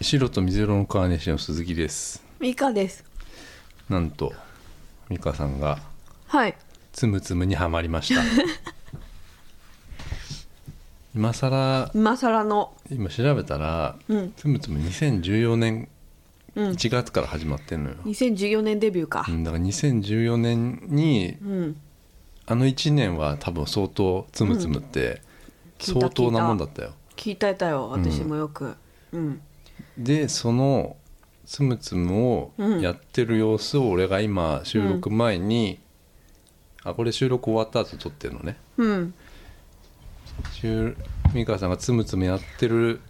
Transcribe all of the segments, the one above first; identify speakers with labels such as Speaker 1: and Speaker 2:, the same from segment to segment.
Speaker 1: 白と水色のカーネーションの鈴木です
Speaker 2: ミカです
Speaker 1: なんと美香さんが
Speaker 2: はい
Speaker 1: つむつむにはまりました 今さら
Speaker 2: 今更の
Speaker 1: 今調べたら、
Speaker 2: うん
Speaker 1: つむつむ2014年
Speaker 2: うん
Speaker 1: 1月から始まってんのよ、
Speaker 2: 2014年デビューか
Speaker 1: うん、だから2014年に
Speaker 2: うん
Speaker 1: あの1年は多分相当つむつむって
Speaker 2: 聞いた
Speaker 1: 相当なもんだったよ、
Speaker 2: 聞いたいたよ私もよくうん
Speaker 1: でそのつむつむをやってる様子を俺が今収録前に、あこれ収録終わった後撮ってるのね
Speaker 2: うん
Speaker 1: 収美川さんがつむつむやってる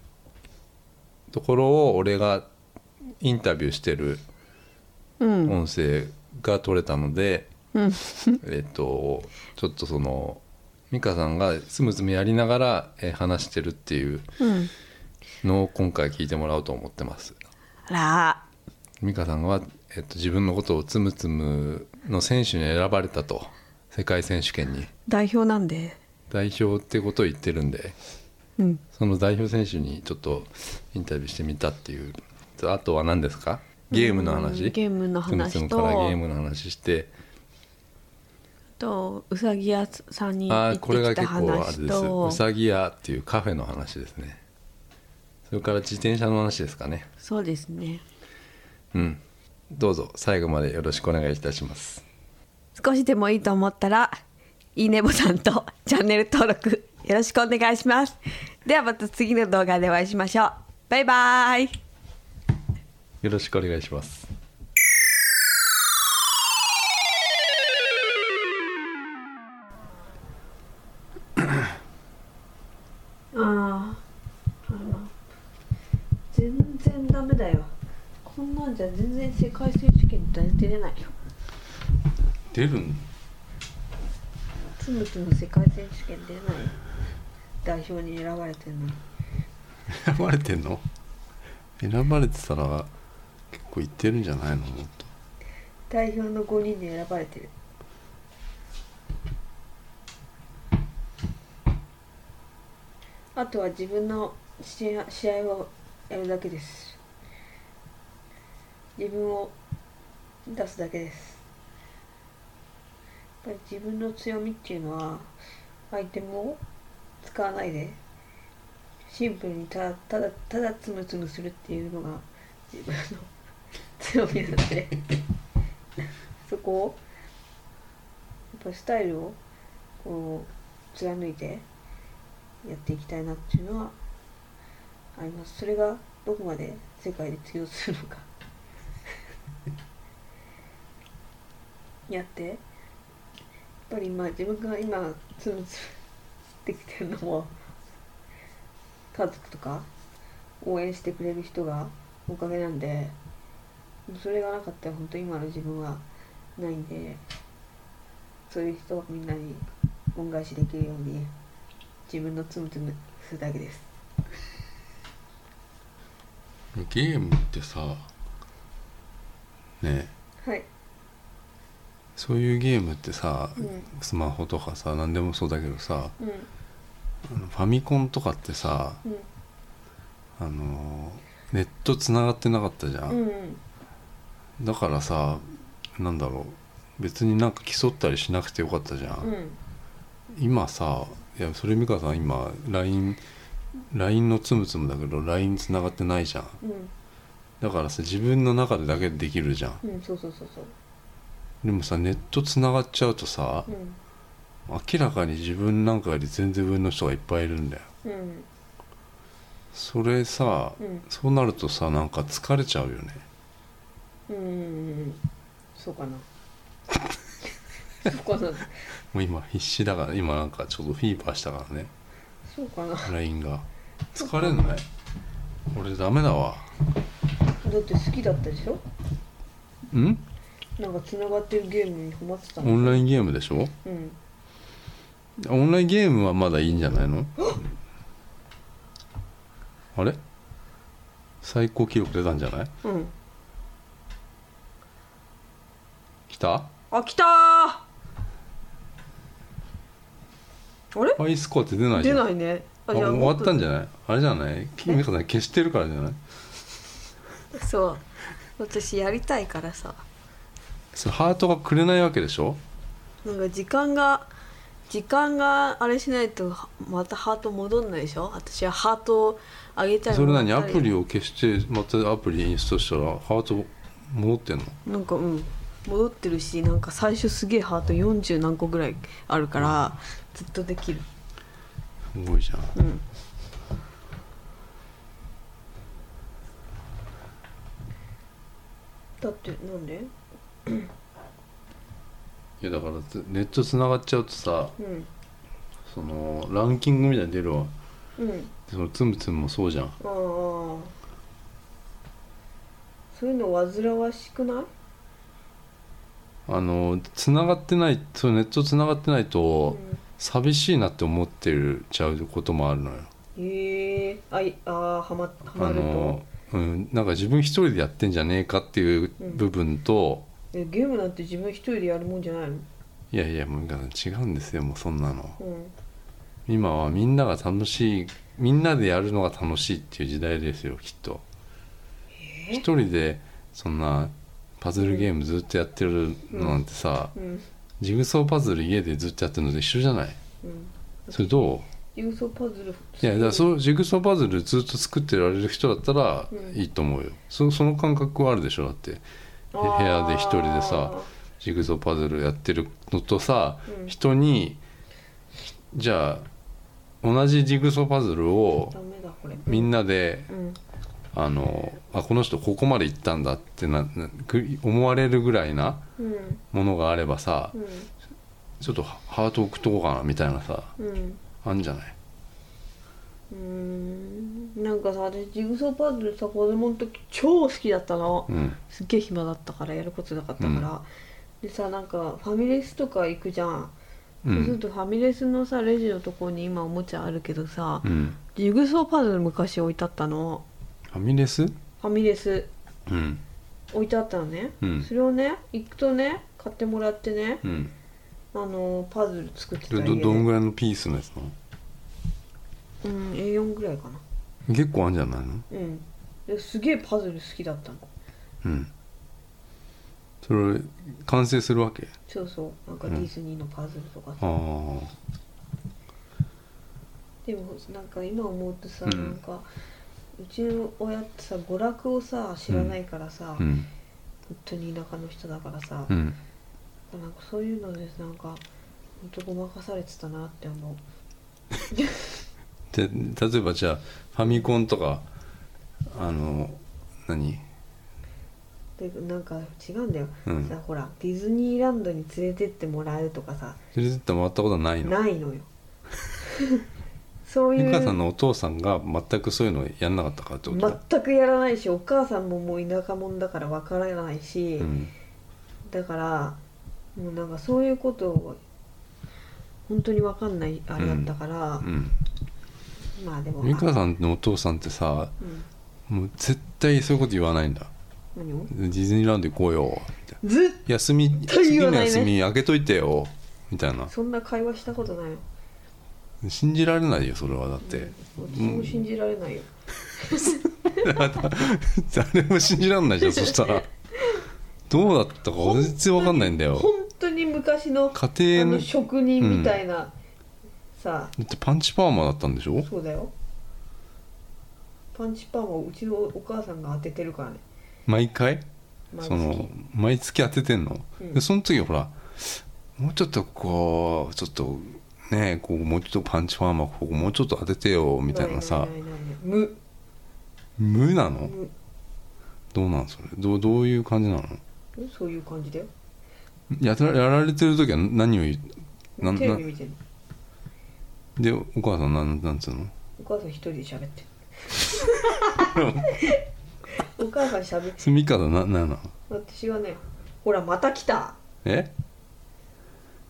Speaker 1: ところを俺がインタビューしてる
Speaker 2: うん
Speaker 1: 音声が撮れたので、
Speaker 2: うん
Speaker 1: えっとちょっとその美香さんがつむつむやりながら、えー話してるっていう
Speaker 2: うん
Speaker 1: のを今回聞いてもらおうと思ってます。
Speaker 2: あら
Speaker 1: 美香さんは、えっと、自分のことをつむつむの選手に選ばれたと世界選手権に
Speaker 2: 代表なんで
Speaker 1: 代表ってことを言ってるんで
Speaker 2: うん
Speaker 1: その代表選手にちょっとインタビューしてみたっていうあとは何ですかゲームの
Speaker 2: う
Speaker 1: 話
Speaker 2: んゲームの話
Speaker 1: つむつ
Speaker 2: と
Speaker 1: むからゲームの話して
Speaker 2: とうさぎ屋さんに
Speaker 1: ああ
Speaker 2: 行って
Speaker 1: これが
Speaker 2: きた
Speaker 1: 結構あれ
Speaker 2: 話
Speaker 1: です
Speaker 2: と
Speaker 1: うさぎ屋っていうカフェの話ですねそれから自転車の話ですかね
Speaker 2: そうですね
Speaker 1: うんどうぞ最後までよろしくお願いいたします
Speaker 2: 少しでもいいと思ったらいいねボタンと チャンネル登録よろしくお願いしますではまた次の動画でお会いしましょうバイバイ
Speaker 1: よろしくお願いします
Speaker 2: ああ全然ダメだよこんなんじゃ全然世界選手権出れないよ
Speaker 1: 出る
Speaker 2: つむつむ世界選手権出れないよ代表に選ばれてるのに
Speaker 1: 選ばれてんの選ばれてたら結構いってるんじゃないのもっと
Speaker 2: 代表の5人に選ばれてるあとは自分の試合試合をやるだけです自分を出すだけですやっぱり自分の強みっていうのはアイテムを使わないでシンプルにただただただつむつむするっていうのが自分の強みなのでそこをやっぱりスタイルをこう貫いてやっていきたいなっていうのはありますそれがどこまで世界で通用するのか やってやっぱり今自分が今つむつむってきてるのも家族とか応援してくれる人がおかげなんでそれがなかったら本当今の自分はないんでそういう人をみんなに恩返しできるように自分のつむつむするだけです
Speaker 3: ゲームってさねえ
Speaker 2: はい、
Speaker 3: そういうゲームってさ、
Speaker 2: うん
Speaker 3: スマホとかさ何でもそうだけどさ
Speaker 2: うん
Speaker 3: あのファミコンとかってさ
Speaker 2: うん
Speaker 3: あのネットつながってなかったじゃん、
Speaker 2: うん
Speaker 3: だからさなんだろう別になんか競ったりしなくてよかったじゃん、
Speaker 2: うん
Speaker 3: 今さいやそれ美香さん今 LINE, LINE のつむつむだけど LINE つながってないじゃん
Speaker 2: うん
Speaker 3: だからさ自分の中でだけできるじゃん
Speaker 2: うんそうそうそうそう
Speaker 3: でもさネットつながっちゃうとさ、
Speaker 2: うん
Speaker 3: 明らかに自分なんかより全然上の人がいっぱいいるんだよ
Speaker 2: うん
Speaker 3: それさ、
Speaker 2: うん
Speaker 3: そうなるとさなんか疲れちゃうよね
Speaker 2: うんうんそうかなそうかな
Speaker 3: もう今必死だから今なんかちょっとフィーバーしたからね
Speaker 2: そうかな
Speaker 3: LINE が疲れない俺ダメだわ
Speaker 2: だって好きだったでしょ
Speaker 3: ん
Speaker 2: なんかつながってるゲームにハマってた
Speaker 3: オ
Speaker 2: の
Speaker 3: ンラインゲームでしょ
Speaker 2: うん
Speaker 3: オンラインゲームはまだいいんじゃないのあれ最高記録出たんじゃない
Speaker 2: うん
Speaker 3: 来た
Speaker 2: あ来たーあれ
Speaker 3: アイスコアって出ないじゃ
Speaker 2: 出
Speaker 3: ん
Speaker 2: ないね
Speaker 3: あ終わったん
Speaker 2: じ
Speaker 3: じゃないあれじゃない美香さん消してるからじゃない
Speaker 2: そう私やりたいからさ
Speaker 1: それハートがくれないわけでしょ
Speaker 2: なんか時間が時間があれしないとはまたハート戻んないでしょ私はハートをあげたり
Speaker 1: それ何ア
Speaker 2: もらった
Speaker 1: プ
Speaker 2: り
Speaker 1: リを消してまたアプリインストしたらハート戻ってんの
Speaker 2: なんかうん戻ってるしなんか最初すげえハート40何個ぐらいあるからずっとできる
Speaker 1: すごいじゃん
Speaker 2: うんだってなんで
Speaker 1: いやだからつネットつながっちゃうとさ
Speaker 2: うん
Speaker 1: そのランキングみたいに出るわ
Speaker 2: うん
Speaker 1: そのツムツムもそうじゃん
Speaker 2: ああそういうの煩わしくない
Speaker 1: あのつながってないそのネットつながってないと寂しいなって思ってるちゃうこともあるのよ
Speaker 2: うん、ええあいあーはまはま
Speaker 1: あ
Speaker 2: ると
Speaker 1: の、うん、なんか自分一人でやってんじゃねえかっていう部分と、
Speaker 2: えゲームなんて自分一人でやるもんじゃないの
Speaker 1: いやいやもういいかな違うんですよもうそんなの
Speaker 2: うん
Speaker 1: 今はみんなが楽しいみんなでやるのが楽しいっていう時代ですよきっと一人でそんなパズルゲームずっとやってるのなんてさ、
Speaker 2: うん
Speaker 1: ジグソーパズル家でずっとやってるのと一緒じゃない
Speaker 2: うん
Speaker 1: それど
Speaker 2: 郵送パズル
Speaker 1: ういやだから
Speaker 2: う
Speaker 1: そうジグソーパズルずっと作ってられる人だったら
Speaker 2: うん
Speaker 1: いいと思うよ、そその感覚はあるでしょだって部屋で一人でさジグソーパズルやってるのとさ、
Speaker 2: うん
Speaker 1: 人にじゃあ同じジグソーパズルを
Speaker 2: ダメだこれ
Speaker 1: みんなで
Speaker 2: うん
Speaker 1: あのあこの人ここまで行ったんだってななく思われるぐらいな
Speaker 2: うん
Speaker 1: ものがあればさ
Speaker 2: うん
Speaker 1: ちょっとハハート送っとこうかなみたいなさ
Speaker 2: うん
Speaker 1: あんじゃないう
Speaker 2: ーんなんかさ私ジグソーパズルさ子供の時超好きだったの
Speaker 1: うん
Speaker 2: すっげえ暇だったからやることなかったから、でさなんかファミレスとか行くじゃん、
Speaker 1: う
Speaker 2: そうする
Speaker 1: ん
Speaker 2: とファミレスのさレジのとこに今おもちゃあるけどさ、
Speaker 1: うん
Speaker 2: ジグソーパズル昔置いてあったの
Speaker 1: ファミレス
Speaker 2: ファミレス
Speaker 1: うん
Speaker 2: 置いてあったのね、
Speaker 1: うん
Speaker 2: それをね行くとね買ってもらってね、
Speaker 1: うん
Speaker 2: あのパズル作ってた
Speaker 1: ど
Speaker 2: 家で
Speaker 1: どどんぐらいのピースのやつなの
Speaker 2: うん A4 ぐらいかな
Speaker 1: 結構あんじゃないの
Speaker 2: うんですげえパズル好きだったの
Speaker 1: うんそれ完成するわけ
Speaker 2: そうそうなんか
Speaker 1: うん
Speaker 2: ディズニーのパズルとか
Speaker 1: あ
Speaker 2: さ、
Speaker 1: あ
Speaker 2: でもなんか今思うとさ、
Speaker 1: うん
Speaker 2: なんかうちの親ってさ娯楽をさ知らないからさ、
Speaker 1: う
Speaker 2: 本
Speaker 1: ん
Speaker 2: 当に田舎の人だからさ、
Speaker 1: うん
Speaker 2: なんかそういうのでなんかほんとごまかされてたなって思う
Speaker 1: で例えばじゃあファミコンとかあの何
Speaker 2: でなんか違うんだよ、
Speaker 1: うん
Speaker 2: さほらディズニーランドに連れてってもらうとかさ
Speaker 1: 連れてってもらったことはないの
Speaker 2: ないのよ そうい
Speaker 1: 美
Speaker 2: う
Speaker 1: 香さんのお父さんが全くそういうのやんなかったからってこと、
Speaker 2: 全くやらないしお母さんももう田舎者だからわからないし、
Speaker 1: うん、
Speaker 2: だからもうなんかそういうことを本当にわかんないあれだったから、
Speaker 1: うん、
Speaker 2: まあでも
Speaker 1: 美
Speaker 2: あ
Speaker 1: 香さんのお父さんってさ
Speaker 2: うん、
Speaker 1: もう絶対そういうこと言わないんだ
Speaker 2: 何を
Speaker 1: ディズニーランド行こうよみたい
Speaker 2: ずっ
Speaker 1: な休み、
Speaker 2: 対
Speaker 1: 次
Speaker 2: 言わ
Speaker 1: の
Speaker 2: ないね
Speaker 1: 休み開けといてよみたいな
Speaker 2: そんな会話したことないよ
Speaker 1: 信じられないよそれはだって
Speaker 2: 私も信じられないよ、
Speaker 1: 誰も信じられないじゃんそしたらどうだったか全然わかんないんだよ
Speaker 2: 本当に昔の
Speaker 1: 家
Speaker 2: あ
Speaker 1: 庭の
Speaker 2: の職人みたいな、さ
Speaker 1: だってパンチパーマだったんでしょ
Speaker 2: そうだよパンチパンはうちのお母さんが当ててるからね
Speaker 1: 毎回
Speaker 2: 毎
Speaker 1: そ
Speaker 2: 月
Speaker 1: の毎月当ててんの、
Speaker 2: うん
Speaker 1: でその時ほらもうちょっとこうちょっとねこうもうちょっとパンチパーマここもうちょっと当ててよみたいなさ
Speaker 2: いないないない無
Speaker 1: 無なの
Speaker 2: 無
Speaker 1: どうなんそれどうどういう感じなの
Speaker 2: そういう感じだよ
Speaker 1: やたやられてる時は何を言うなん
Speaker 2: テ
Speaker 1: な
Speaker 2: レビ見てるの
Speaker 1: でお母さんなんなんつうの
Speaker 2: お母さん一人で喋って るお母さん喋って
Speaker 1: それミカだななんなの
Speaker 2: 私はねほらまた来た
Speaker 1: え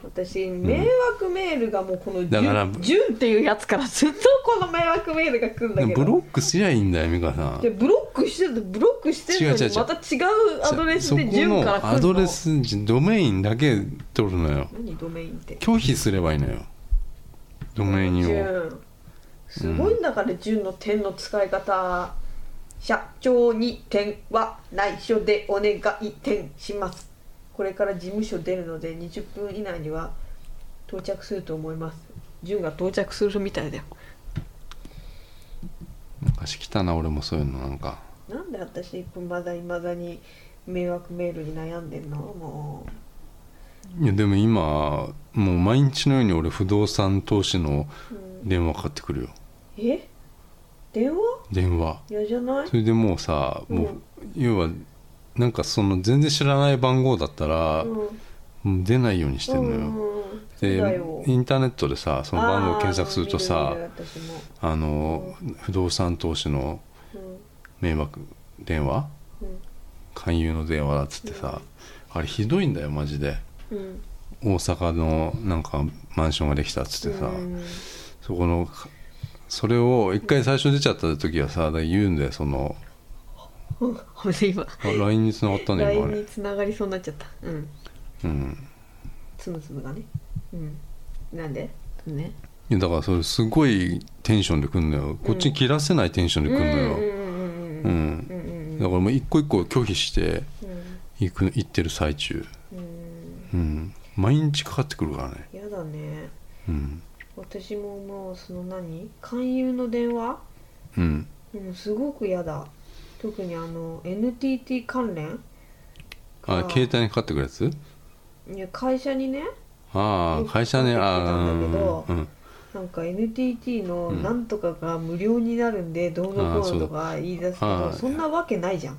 Speaker 2: 私迷惑メールがもうこの
Speaker 1: だから
Speaker 2: ジュンっていうやつからずっとこの迷惑メールが来るんだけど
Speaker 1: ブロックすりゃいいんだよミカさん
Speaker 2: でブロックしてるブロックしてる
Speaker 1: 違う
Speaker 2: の
Speaker 1: 違う違
Speaker 2: に
Speaker 1: う
Speaker 2: また違うアドレスで
Speaker 1: そこの
Speaker 2: 順から来るの
Speaker 1: アドレスドメインだけ取るのよ
Speaker 2: 何ドメインって
Speaker 1: 拒否すればいいのよドメインを
Speaker 2: 順すごいんだから順の点の使い方社長に点は内緒でお願い点しますこれから事務所出るので20分以内には到着すると思います潤が到着するみたいだよ
Speaker 1: 昔来たな俺もそういうのなんか
Speaker 2: なんで私まだいまだに迷惑メールに悩んでんのも
Speaker 1: いやでも今もう毎日のように俺不動産投資の
Speaker 2: う、うん、
Speaker 1: 電話かかってくるよ
Speaker 2: え電話
Speaker 1: 電話
Speaker 2: 嫌じゃない
Speaker 1: それでもうさもう、要はなんかその全然知らない番号だったら、
Speaker 2: うん
Speaker 1: もう出ないようにしてんのよ、
Speaker 2: うんうんそうだ
Speaker 1: で
Speaker 2: よ
Speaker 1: インターネットでさその番号を検索すると
Speaker 2: あ
Speaker 1: さ
Speaker 2: ー見る見る私も
Speaker 1: あの不動産投資の
Speaker 2: うん
Speaker 1: 迷惑電話
Speaker 2: うん
Speaker 1: 勧誘の電話だっつってさ、あれひどいんだよマジで
Speaker 2: うん
Speaker 1: 大阪のなんかマンションができたっつってさ、
Speaker 2: うん
Speaker 1: そこのそれを一回最初出ちゃった時はさだから言うんだよその
Speaker 2: うんごめんなさい今
Speaker 1: あ LINE に繋がったね今あ
Speaker 2: LINE に
Speaker 1: れ、
Speaker 2: 繋がりそうになっちゃったうん
Speaker 1: うん、
Speaker 2: つむつむがねうんなんでね
Speaker 1: いやだからそれすごいテンションで来んのよこっちに切らせないテンションで来んのよ、う
Speaker 2: うんう
Speaker 1: ん
Speaker 2: んうんうんうんうん
Speaker 1: だからもう一個一個拒否して行く行ってる最中、
Speaker 2: うんうん
Speaker 1: うん、毎日かかってくるからね、
Speaker 2: やだね
Speaker 1: うん
Speaker 2: 私ももうその何勧誘の電話
Speaker 1: うん、
Speaker 2: うんすごく嫌だ特にあの NTT 関連
Speaker 1: あ
Speaker 2: あ
Speaker 1: 携帯にかかってくるやつ
Speaker 2: いや会社にね
Speaker 1: ああ
Speaker 2: うん
Speaker 1: 会社ねああ
Speaker 2: かかってきたんだけど
Speaker 1: うん
Speaker 2: なんか NTT の
Speaker 1: うん
Speaker 2: なんとかが無料になるんでどうのこうのとか言い出すけ
Speaker 1: あーそうだあ
Speaker 2: ど
Speaker 1: ー
Speaker 2: そんなわけないじゃん、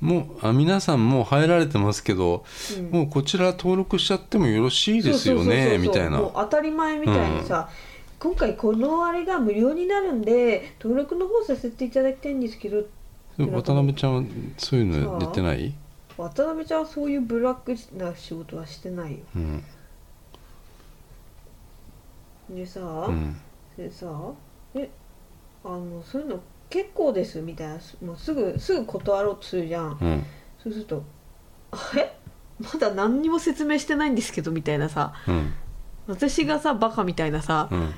Speaker 1: もうあ皆さんもう入られてますけど、
Speaker 2: うん
Speaker 1: もうこちら登録しちゃってもよろしいですよね
Speaker 2: そうそうそうそう
Speaker 1: みたいな
Speaker 2: もう当たり前みたいにさ、今回このあれが無料になるんで登録の方させていただきたいんですけど
Speaker 1: そう渡辺ちゃんはそういうのやってない、
Speaker 2: 渡辺ちゃんはそういうブラックな仕事はしてないよ
Speaker 1: うん
Speaker 2: でさ、
Speaker 1: うん、
Speaker 2: でさえあのそういうの結構ですみたいなすもうすぐすぐ断ろうとするじゃん
Speaker 1: うん
Speaker 2: そうするとあれまだ何にも説明してないんですけどみたいなさ
Speaker 1: うん
Speaker 2: 私がさバカみたいなさ
Speaker 1: うん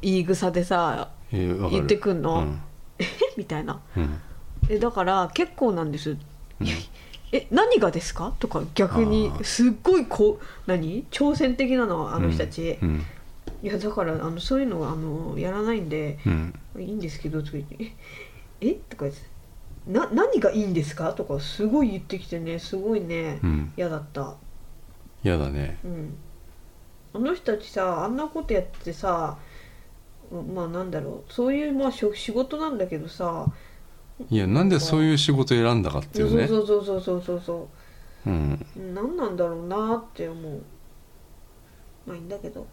Speaker 2: 言い草でさ
Speaker 1: えーわかる
Speaker 2: 言ってくん
Speaker 1: う
Speaker 2: の、
Speaker 1: ん
Speaker 2: えみたいな
Speaker 1: うん
Speaker 2: えだから結構なんです
Speaker 1: うん
Speaker 2: え何がですかとか逆に
Speaker 1: あー
Speaker 2: すっごいこう何挑戦的なのあの人たち、
Speaker 1: うん
Speaker 2: いやだからあのそういうのはあのやらないんで
Speaker 1: うん
Speaker 2: いいんですけどとか言って「ええとか言ってな何がいいんですか?」とかすごい言ってきてねすごいね
Speaker 1: うん
Speaker 2: 嫌だった
Speaker 1: 嫌だね
Speaker 2: うんあの人たちさあんなことやってさうんまあなんだろうそういうまあしょ仕事なんだけどさ
Speaker 1: いやなんでそういう仕事選んだかってい
Speaker 2: そう
Speaker 1: うね
Speaker 2: そうそうそうそうそうそ
Speaker 1: うん
Speaker 2: ううん何なんだろうなって思うまあいいんだけど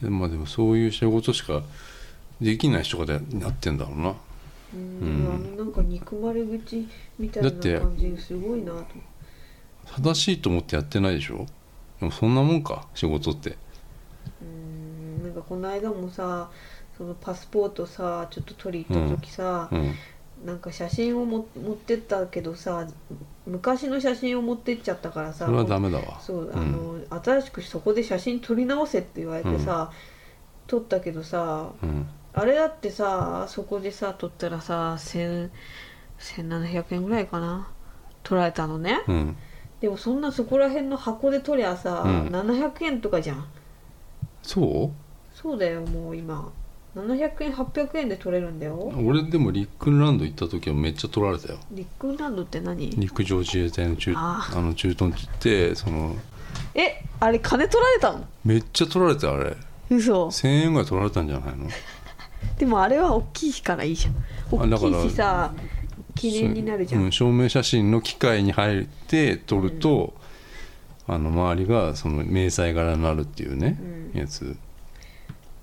Speaker 1: まあでもそういう仕事しかできない人がやってんだろうな
Speaker 2: うん、
Speaker 1: うん
Speaker 2: あのなんか憎まれ口みたい
Speaker 1: だって
Speaker 2: な感じすごいなと思って
Speaker 1: 正しいと思ってやってないでしょでもそんなもんか仕事って
Speaker 2: うーんなんかこの間もさそのパスポートさちょっと取り行った時さ、
Speaker 1: うん
Speaker 2: なんか写真をも持ってったけどさ昔の写真を持ってっちゃったからさ
Speaker 1: それはダメだわ
Speaker 2: そう
Speaker 1: うん
Speaker 2: あの、新しくそこで写真撮り直せって言われてさ、撮ったけどさ
Speaker 1: うん
Speaker 2: あれだってさそこでさ撮ったらさ1000 1700円ぐらいかな取られたのね
Speaker 1: うん
Speaker 2: でもそんなそこら辺の箱で撮りゃさ、
Speaker 1: うん
Speaker 2: 700円とかじゃん
Speaker 1: そ
Speaker 2: そうだよもう今700円800円で取れるんだよ
Speaker 1: う俺でもリックンランド行った時はめっちゃ取られたよ
Speaker 2: リックンランドって何
Speaker 1: 陸上自衛隊の駐
Speaker 2: あ
Speaker 1: あの駐屯地ってその
Speaker 2: えあれ金取られたの
Speaker 1: めっちゃ取られたよあれ
Speaker 2: 嘘
Speaker 1: 1000円ぐらい取られたんじゃないの
Speaker 2: でもあれは大きいからいいじゃん
Speaker 1: あ
Speaker 2: 大
Speaker 1: だか
Speaker 2: き
Speaker 1: ら
Speaker 2: いしさ記念になるじゃん、
Speaker 1: う証明写真の機械に入って撮ると、あの周りがその迷彩柄になるっていうね、
Speaker 2: うん
Speaker 1: やつ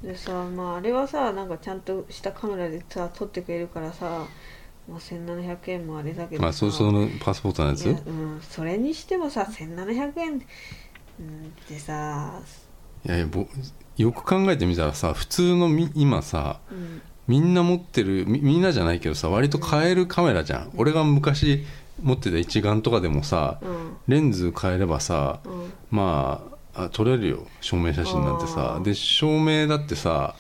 Speaker 2: でさまああれはさなんかちゃんとしたカメラでさ撮ってくれるからさ、まあ、1700円もあれだけどさ
Speaker 1: あそうそのパスポートのや
Speaker 2: い
Speaker 1: つ
Speaker 2: やうん、それにしてもさ1700円うんってさ、
Speaker 1: いやいやぼよく考えてみたらさ普通のみ今さ
Speaker 2: うん、
Speaker 1: みんな持ってるみみんなじゃないけどさ割と買えるカメラじゃん、俺が昔持ってた一眼とかでもさ
Speaker 2: うん
Speaker 1: レンズ変えればさ
Speaker 2: うん
Speaker 1: まああ撮れるよ証明写真なんて
Speaker 2: あ
Speaker 1: さ
Speaker 2: ー
Speaker 1: で照明だってさ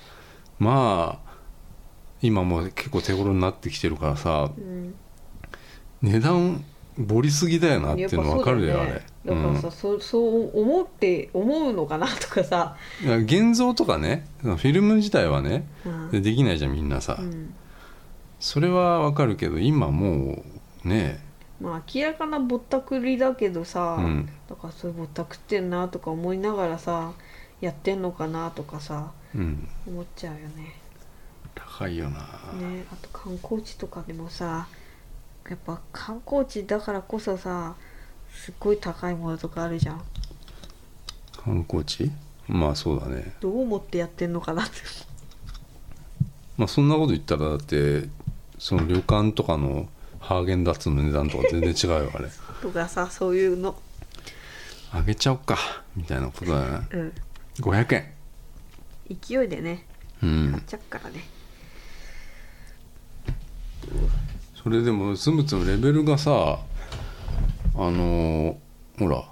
Speaker 1: まあ今もう結構手頃になってきてるからさ
Speaker 2: うん
Speaker 1: 値段ボリすぎだよなっていうの分かるよあれ
Speaker 2: だからさ、そうそう思って思うのかなとかさ、
Speaker 1: うん、いや現像とかねフィルム自体はね
Speaker 2: うん
Speaker 1: できないじゃんみんなさ、
Speaker 2: うん
Speaker 1: それは分かるけど今もうね
Speaker 2: まあ明らかなぼったくりだけどさ、
Speaker 1: うん
Speaker 2: だからそういうぼったくってんなとか思いながらさやってんのかなとかさ
Speaker 1: うん
Speaker 2: 思っちゃうよね。
Speaker 1: 高いよな、
Speaker 2: ねあと観光地とかでもさやっぱ観光地だからこそさすっごい高いものとかあるじゃん
Speaker 1: 観光地まあそうだね
Speaker 2: どう思ってやってんのかなって
Speaker 1: まあそんなこと言ったらだってその旅館とかのハーゲンダッツの値段とか全然違うよあ れ
Speaker 2: とか さそういうの
Speaker 1: 上げちゃおっかみたいなことだよね
Speaker 2: うん
Speaker 1: 500円
Speaker 2: 勢いでね
Speaker 1: うん
Speaker 2: 買っちゃうからね
Speaker 1: それでもスムツのレベルがさあのーほら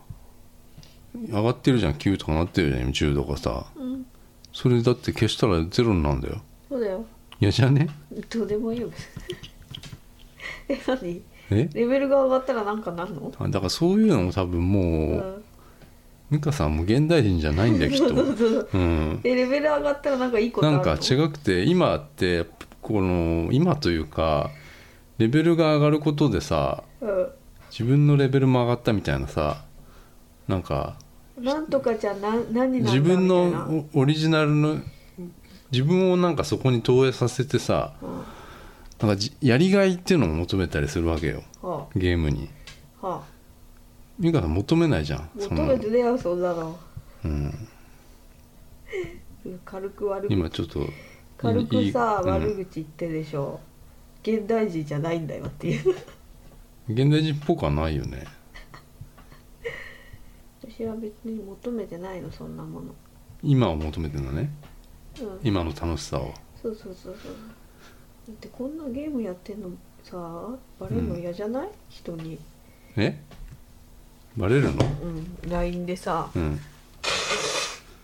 Speaker 1: 上がってるじゃん9とかなってるじゃん今10とかさ
Speaker 2: うん
Speaker 1: それだって消したらゼロになるんだよ
Speaker 2: そうだよ
Speaker 1: いやじゃね
Speaker 2: どうでもいいよ え何
Speaker 1: え
Speaker 2: レベルが上がったらなんかなんの
Speaker 1: あだからそういうのも多分
Speaker 2: う
Speaker 1: もうん美香さんも現代人じゃないん だよきっとうん
Speaker 2: えレベル上がったらなんかいいことあ
Speaker 1: な
Speaker 2: る
Speaker 1: ん
Speaker 2: の
Speaker 1: か違くて今ってこの今というかレベルが上がることでさ
Speaker 2: う
Speaker 1: 自分のレベルも上がったみたいなさなんか
Speaker 2: ん、なんとかじゃな何なんだ
Speaker 1: 自分
Speaker 2: みたいな
Speaker 1: のオリジナルの自分をなんかそこに投影させてさ
Speaker 2: うんは
Speaker 1: なんかじやりがいっていうのを求めたりするわけよ
Speaker 2: あは
Speaker 1: ゲームに
Speaker 2: あ
Speaker 1: 美香さん求めないじゃんそ
Speaker 2: 求
Speaker 1: の
Speaker 2: めてだよそんなの
Speaker 1: うん、
Speaker 2: 軽く悪く
Speaker 1: 今ちょっと
Speaker 2: 軽
Speaker 1: いい
Speaker 2: くさ
Speaker 1: うん
Speaker 2: 悪口言ってでしょ現代人じゃないんだよっていう
Speaker 1: 現代人っぽくはないよね
Speaker 2: 私は別に求めてないのそんなもの
Speaker 1: 今を求めてるのね
Speaker 2: うん
Speaker 1: 今の楽しさを
Speaker 2: そうそうそうそうだってこんなゲームやってんのさバレるの嫌じゃない、人に
Speaker 1: えバレるの
Speaker 2: うん LINE でさ
Speaker 1: うん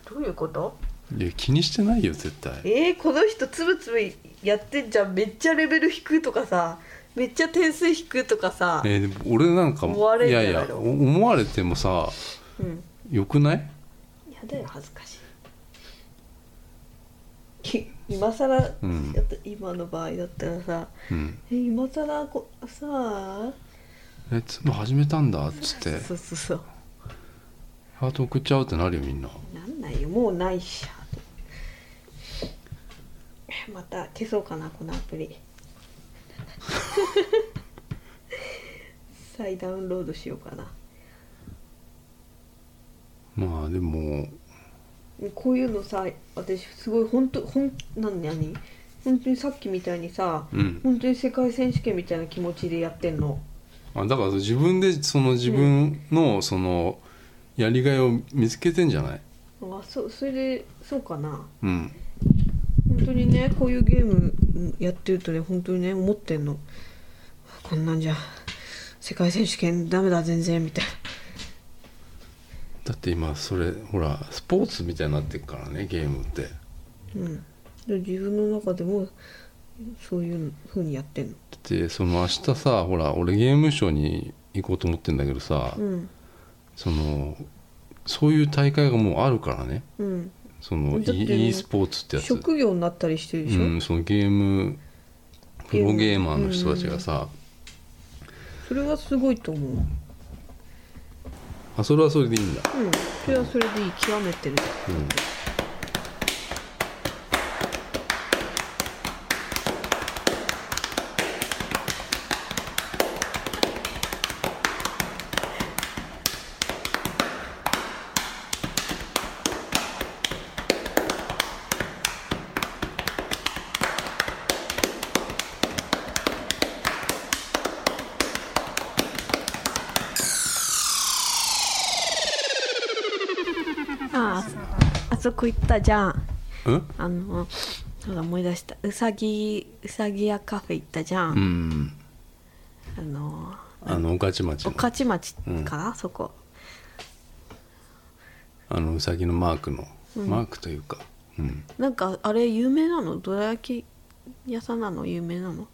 Speaker 2: どういうこと
Speaker 1: いや気にしてないよ絶対
Speaker 2: えー、この人つぶつぶやってんじゃんめっちゃレベル低くとかさめっちゃ点数低くとかさ、
Speaker 1: えーでも俺なんか
Speaker 2: 思われ
Speaker 1: い
Speaker 2: るんじゃ
Speaker 1: や
Speaker 2: ない
Speaker 1: い
Speaker 2: の
Speaker 1: やお思われてもさ
Speaker 2: うん
Speaker 1: よくない
Speaker 2: やだよ恥ずかしいき今更だ
Speaker 1: うん
Speaker 2: った今の場合だったらさ
Speaker 1: うん
Speaker 2: 「え今更こさあ
Speaker 1: えつも始めたんだっつって
Speaker 2: そうそうそう
Speaker 1: ハート送っちゃうってなるよみんな
Speaker 2: なんないよもうないしゃ」とまた消そうかなこのアプリ再ダウンロードしようかな
Speaker 1: まあでも
Speaker 2: こういうのさ私すごい本当ほんなん何本当にさっきみたいにさ、
Speaker 1: うん
Speaker 2: 本当に世界選手権みたいな気持ちでやってんの
Speaker 1: あだから自分でその自分のそのやりがいを見つけてんじゃない
Speaker 2: あそそれでそうかな
Speaker 1: うん
Speaker 2: 本当にねこういうゲームうんやってるとね本当にね思ってんのこんなんじゃ世界選手権ダメだ全然みたい
Speaker 1: だって今それほらスポーツみたいになってるからねゲームって
Speaker 2: なうんで自分の中でもそういうふうにやってんの
Speaker 1: でその明日さほら俺ゲームショーに行こうと思ってんだけどさ、
Speaker 2: うん
Speaker 1: そのそういう大会がもうあるからね
Speaker 2: うん
Speaker 1: その
Speaker 2: だって
Speaker 1: e, e スポーツってやつ、
Speaker 2: 職業になったりしてるでしょ、
Speaker 1: うん、そのゲームプロゲーマーの人たちがさ、
Speaker 2: それはすごいと思うう
Speaker 1: あそれはそれでいいんだ、
Speaker 2: んそれはそれでいい極めてる
Speaker 1: うん
Speaker 2: あああそこ行ったじゃん
Speaker 1: うん
Speaker 2: あのそうだ思い出したうさぎうさぎ屋カフェ行ったじゃん、
Speaker 1: うん
Speaker 2: あの
Speaker 1: あの御徒町
Speaker 2: 御
Speaker 1: の
Speaker 2: 徒町かな、そこ
Speaker 1: あのうさぎのマークの、マークというか、うん、
Speaker 2: なんかあれ有名なのどら焼き屋さんなの有名なの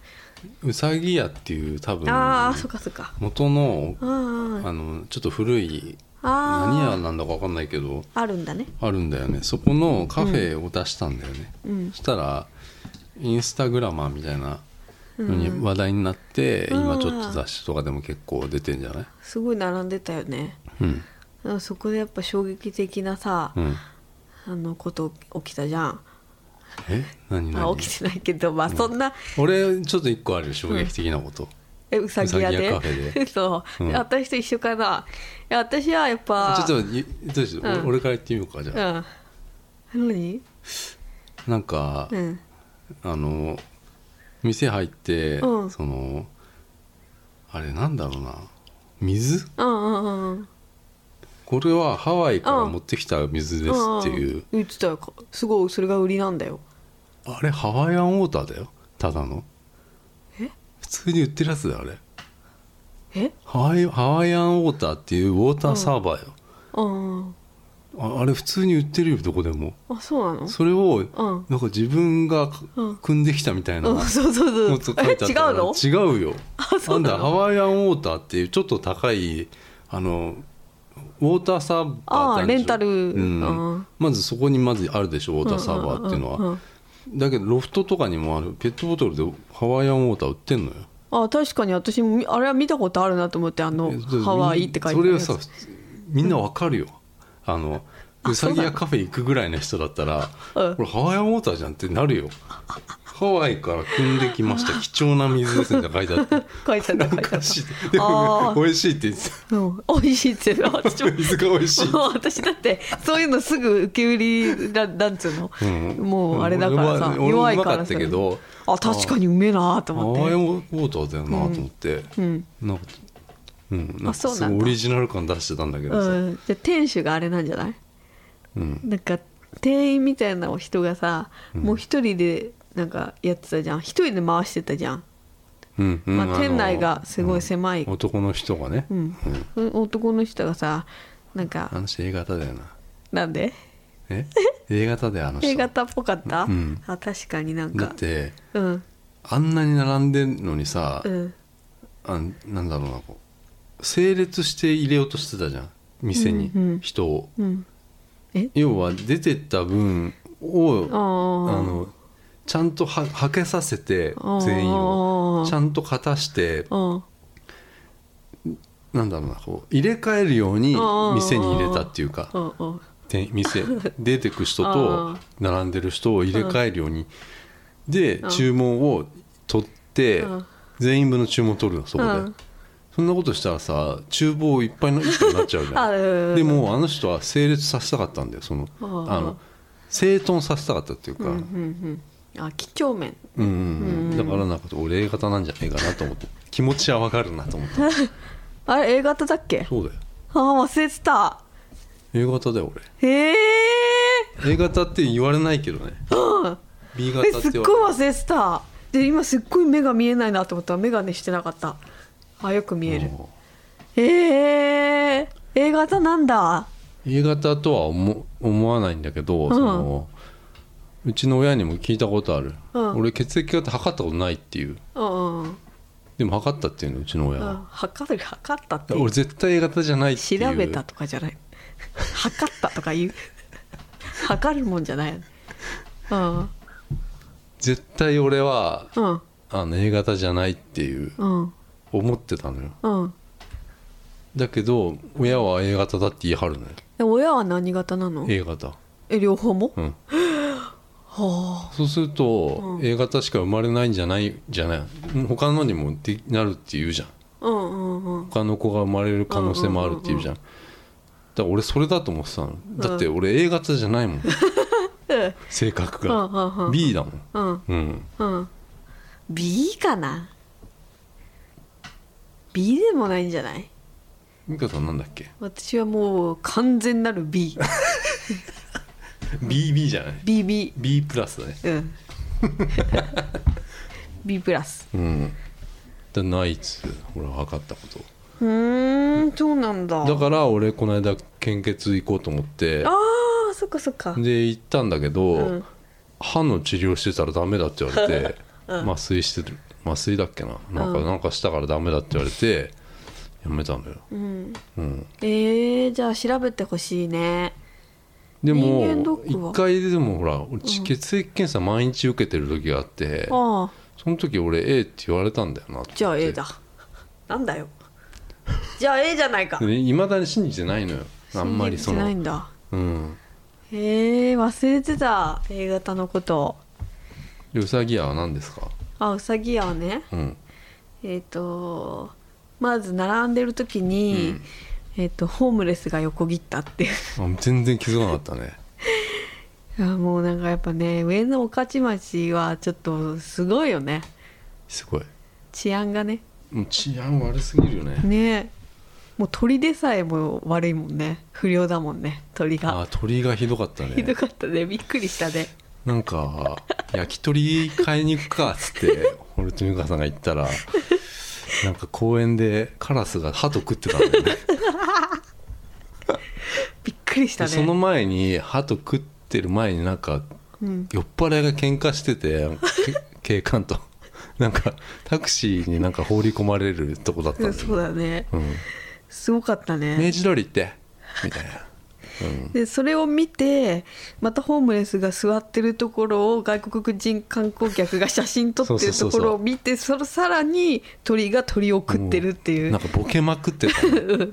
Speaker 1: うさぎ屋っていう多分
Speaker 2: ああそっかそっか
Speaker 1: 元の
Speaker 2: あー
Speaker 1: あのちょっと古い
Speaker 2: あ
Speaker 1: 何屋
Speaker 2: ー
Speaker 1: なんだか分かんないけど
Speaker 2: あるんだね
Speaker 1: あるんだよねそこのカフェを出したんだよね、
Speaker 2: うん
Speaker 1: そしたらインスタグラマーみたいな
Speaker 2: う
Speaker 1: のに
Speaker 2: ん
Speaker 1: 話題になって、
Speaker 2: うん
Speaker 1: 今ちょっと雑誌とかでも結構出てんじゃない
Speaker 2: すごい並んでたよね
Speaker 1: うん
Speaker 2: うんそこでやっぱ衝撃的なさ
Speaker 1: うん
Speaker 2: あのこと起きたじゃん
Speaker 1: え何
Speaker 2: あ
Speaker 1: 何
Speaker 2: 起きてないけどまあそんな
Speaker 1: 俺ちょっと一個あるよ衝撃的なこと、
Speaker 2: えうさぎ屋
Speaker 1: う
Speaker 2: で
Speaker 1: さぎ屋カフェ
Speaker 2: そう、
Speaker 1: うん
Speaker 2: 私と一緒かないや私はやっぱ
Speaker 1: ちょっといどうしよう、
Speaker 2: うん
Speaker 1: 俺から言ってみようかじゃあ、
Speaker 2: うん何
Speaker 1: なんか、
Speaker 2: うん
Speaker 1: あの店入って、
Speaker 2: うん
Speaker 1: そのあれなんだろうな水
Speaker 2: うんうんうんうん
Speaker 1: これはハワイから持ってきた水ですっていう、
Speaker 2: 言ってたよすごいそれが売りなんだよ
Speaker 1: あれハワイアンウォーターだよただの
Speaker 2: え
Speaker 1: 普通に売ってるやつだよあれ
Speaker 2: え
Speaker 1: ハワイハワイアンウォーターっていうウォーターサーバーよ、
Speaker 2: うんうん
Speaker 1: ああれ普通に売ってるよどこでも
Speaker 2: あそうなの
Speaker 1: それを
Speaker 2: うん
Speaker 1: なんか自分が
Speaker 2: うん
Speaker 1: 組んできたみたいな
Speaker 2: うんそうそう
Speaker 1: こと
Speaker 2: そう
Speaker 1: 書い
Speaker 2: え
Speaker 1: てあっ
Speaker 2: 違
Speaker 1: たから
Speaker 2: うの
Speaker 1: 違うよ
Speaker 2: そうな
Speaker 1: な
Speaker 2: の
Speaker 1: んだハワイアンウォーターっていうちょっと高いあのウォーターサーバーって
Speaker 2: あ
Speaker 1: あ
Speaker 2: あ
Speaker 1: るでしょ
Speaker 2: レンタル
Speaker 1: う
Speaker 2: うんん、
Speaker 1: まずそこにまずあるでしょウォーターサーバーっていうのは、
Speaker 2: んんんん
Speaker 1: だけどロフトとかにもあるペットボトルでハワイアンウォーター売ってんのよ
Speaker 2: あ確かに私もみあれは見たことあるなと思ってあの
Speaker 1: えそれ
Speaker 2: ハワイって書いてあ
Speaker 1: そ
Speaker 2: る
Speaker 1: れ
Speaker 2: や
Speaker 1: を
Speaker 2: つ
Speaker 1: さ普通みんなわかるよ、あのうさぎ
Speaker 2: そうな
Speaker 1: や
Speaker 2: の
Speaker 1: カフェ行くぐらいの人だったら
Speaker 2: うん
Speaker 1: これハワイアンウォーターじゃんってなるよハワイから汲んできました貴重な水ですねって書いてあ って
Speaker 2: 書いてあった
Speaker 1: なん
Speaker 2: 書いてあ
Speaker 1: か
Speaker 2: っ
Speaker 1: しいで
Speaker 2: あ
Speaker 1: も
Speaker 2: ー
Speaker 1: 美味しいって言って
Speaker 2: た、うん、美味しいって言うの私
Speaker 1: た
Speaker 2: も
Speaker 1: 水が美味しい、
Speaker 2: もう私だってそういうのすぐ受け売りななんつうの、もうあれだからさ
Speaker 1: 俺は
Speaker 2: 弱
Speaker 1: 俺
Speaker 2: い
Speaker 1: もうま
Speaker 2: か
Speaker 1: かっ
Speaker 2: らさ
Speaker 1: たけど
Speaker 2: あ確かにうめえなと
Speaker 1: ハワイア
Speaker 2: 思
Speaker 1: ン
Speaker 2: って
Speaker 1: ウォーターだよなと思って、
Speaker 2: うん、
Speaker 1: なんかうん、なんか
Speaker 2: あそうなん
Speaker 1: す
Speaker 2: だ
Speaker 1: ごいオリジナル感出してたんだけどさ、
Speaker 2: うん、じゃあ店主があれなんじゃない
Speaker 1: うん
Speaker 2: なんか店員みたいなお人がさ、もう一人でなんかやってたじゃん一人で回してたじゃん、
Speaker 1: うんうん
Speaker 2: まあ、店内
Speaker 1: あ
Speaker 2: が
Speaker 1: の
Speaker 2: すごい狭い、
Speaker 1: うん男の人がね、
Speaker 2: うん、男の人がさなん
Speaker 1: あ
Speaker 2: か
Speaker 1: の人 A 型だよな
Speaker 2: なんで
Speaker 1: え A 型だよあの人
Speaker 2: A 型っぽかった、
Speaker 1: うん
Speaker 2: あ確かになん
Speaker 1: だ
Speaker 2: か
Speaker 1: って
Speaker 2: うん
Speaker 1: あんなに並んでんのにさ、
Speaker 2: うん
Speaker 1: あんなんだろうなこう整列して入れようとしてたじゃん店に、
Speaker 2: うんうん
Speaker 1: 人を
Speaker 2: うんえ
Speaker 1: 要は出てった分を
Speaker 2: あ
Speaker 1: あ
Speaker 2: ー
Speaker 1: のちゃんとははけさせて
Speaker 2: あー
Speaker 1: 全員をちゃんと勝たして
Speaker 2: うん
Speaker 1: なんだろうなこう入れ替えるように
Speaker 2: あー
Speaker 1: 店に入れたっていうか
Speaker 2: うんうん
Speaker 1: 店店 出てく人
Speaker 2: あ
Speaker 1: と
Speaker 2: ー
Speaker 1: 並んでる人を入れ替えるようにで
Speaker 2: うん
Speaker 1: 注文を取って
Speaker 2: うん
Speaker 1: 全員分の注文取るのそこで、
Speaker 2: うん
Speaker 1: そんなことしたらさ厨房いっぱいの一個になっちゃうじ
Speaker 2: あ
Speaker 1: ゃ
Speaker 2: うん
Speaker 1: でもあの人は整列させたかったんだよそのあ
Speaker 2: あー
Speaker 1: の整頓させたかったっていうか、
Speaker 2: うんうんうんあ几帳面
Speaker 1: うんうんうん、だからなんか俺 A 型なんじゃないかなと思って気持ちはわかるなと思った
Speaker 2: あれ A 型だっけ
Speaker 1: そうだよ
Speaker 2: あー忘れてた
Speaker 1: A 型だよ俺
Speaker 2: へえ
Speaker 1: A 型って言われないけどね B 型
Speaker 2: え
Speaker 1: って
Speaker 2: すっ
Speaker 1: 言
Speaker 2: ごい
Speaker 1: われ
Speaker 2: 忘れてたで今すっごい目が見えないなと思ったら眼鏡してなかったあよく見える
Speaker 1: も
Speaker 2: へえ A 型なんだ
Speaker 1: う A 型とは思思わないんだけど、そのうちの親にも聞いたことある、
Speaker 2: うん
Speaker 1: 俺血液型測ったことないっていう
Speaker 2: うんうんうん
Speaker 1: でも測ったっていうのうちの親は、だか
Speaker 2: 測る測ったって
Speaker 1: ら俺絶対 A 型じゃないっていう
Speaker 2: 調べたとかじゃない測ったと か言う測るもんじゃないうん
Speaker 1: 絶対俺は
Speaker 2: うん
Speaker 1: あの A 型じゃないっていう
Speaker 2: うん
Speaker 1: 思ってたのよ
Speaker 2: うん
Speaker 1: だけど親は A 型だって言い張るのよ
Speaker 2: で親は何型なの
Speaker 1: A 型
Speaker 2: え両方も、
Speaker 1: うん
Speaker 2: は
Speaker 1: そうすると
Speaker 2: うん
Speaker 1: A 型しか生まれないんじゃないじゃない他のにもでなるって言うじゃん
Speaker 2: あうんうんうん
Speaker 1: 他の子が生まれる可能性もあるって言うじゃん,、だから俺それだと思ってたのだって俺 A 型じゃ ないもん、性格
Speaker 2: うんう
Speaker 1: が
Speaker 2: んうん
Speaker 1: B だもん
Speaker 2: うん
Speaker 1: うん
Speaker 2: うん B かな B でもないんじゃない
Speaker 1: 美香さんなんだっけ
Speaker 2: 私はもう完全なる
Speaker 1: BB じゃない
Speaker 2: BBB
Speaker 1: B プラスだね
Speaker 2: うん B プラス
Speaker 1: うんだないっつって俺は測ったこと
Speaker 2: うーんそうなんだ
Speaker 1: だから俺この間献血行こうと思って
Speaker 2: あーそっかそっか
Speaker 1: で行ったんだけど、
Speaker 2: うん
Speaker 1: 歯の治療してたらダメだって言われて
Speaker 2: うん
Speaker 1: 麻酔してる麻酔だっけななんか、
Speaker 2: うん
Speaker 1: なんかしたからダメだって言われてやめたのよ、
Speaker 2: うん
Speaker 1: うん、
Speaker 2: えー、じゃあ調べてほしいね
Speaker 1: で
Speaker 2: 人間ド
Speaker 1: も
Speaker 2: ックは
Speaker 1: 一回でもほら俺血液検査毎日受けてる時があって、
Speaker 2: ああ
Speaker 1: その時俺 A って言われたんだよな
Speaker 2: じゃあ A だなんだよじゃあ A じゃないか
Speaker 1: いまだに信じてないのよあんまりそ
Speaker 2: 信じてない
Speaker 1: の
Speaker 2: んだ
Speaker 1: うん
Speaker 2: へえ忘れてた A 型のこと
Speaker 1: でうさぎ屋は何ですか
Speaker 2: あうさぎ屋はね
Speaker 1: うん
Speaker 2: えっ、とまず並んでる時に、えっ、とホームレスが横切ったっていう
Speaker 1: あ全然気づかなかったね
Speaker 2: いやもうなんかやっぱね上野御徒町はちょっとすごいよね
Speaker 1: すごい
Speaker 2: 治安がね
Speaker 1: もう治安悪すぎるよね
Speaker 2: ねもう鳥でさえも悪いもんね不良だもんね鳥が
Speaker 1: あ鳥がひどかったね
Speaker 2: ひどかったねびっくりしたね
Speaker 1: なんか焼き鳥買いに行くかっつ って俺と美香さんが行ったらなんか公園でカラスが鳩食ってたんだよね
Speaker 2: びっくりした
Speaker 1: で
Speaker 2: ね
Speaker 1: その前に鳩食ってる前になんか
Speaker 2: うん、
Speaker 1: 酔っ払いが喧嘩して てけ警官と なんかタクシーになんか放り込まれるとこだったんだよね
Speaker 2: そうだね
Speaker 1: う
Speaker 2: すごかった
Speaker 1: ん、明
Speaker 2: ね
Speaker 1: 治通り行ってみたいな、うん、
Speaker 2: でそれを見てまたホームレスが座ってるところを外国人観光客が写真撮ってる
Speaker 1: そ
Speaker 2: と
Speaker 1: うそ
Speaker 2: こ
Speaker 1: うそうそう
Speaker 2: ろを見てそのさらに鳥が鳥を食ってるっていう
Speaker 1: なんかボケまくってた、 ね、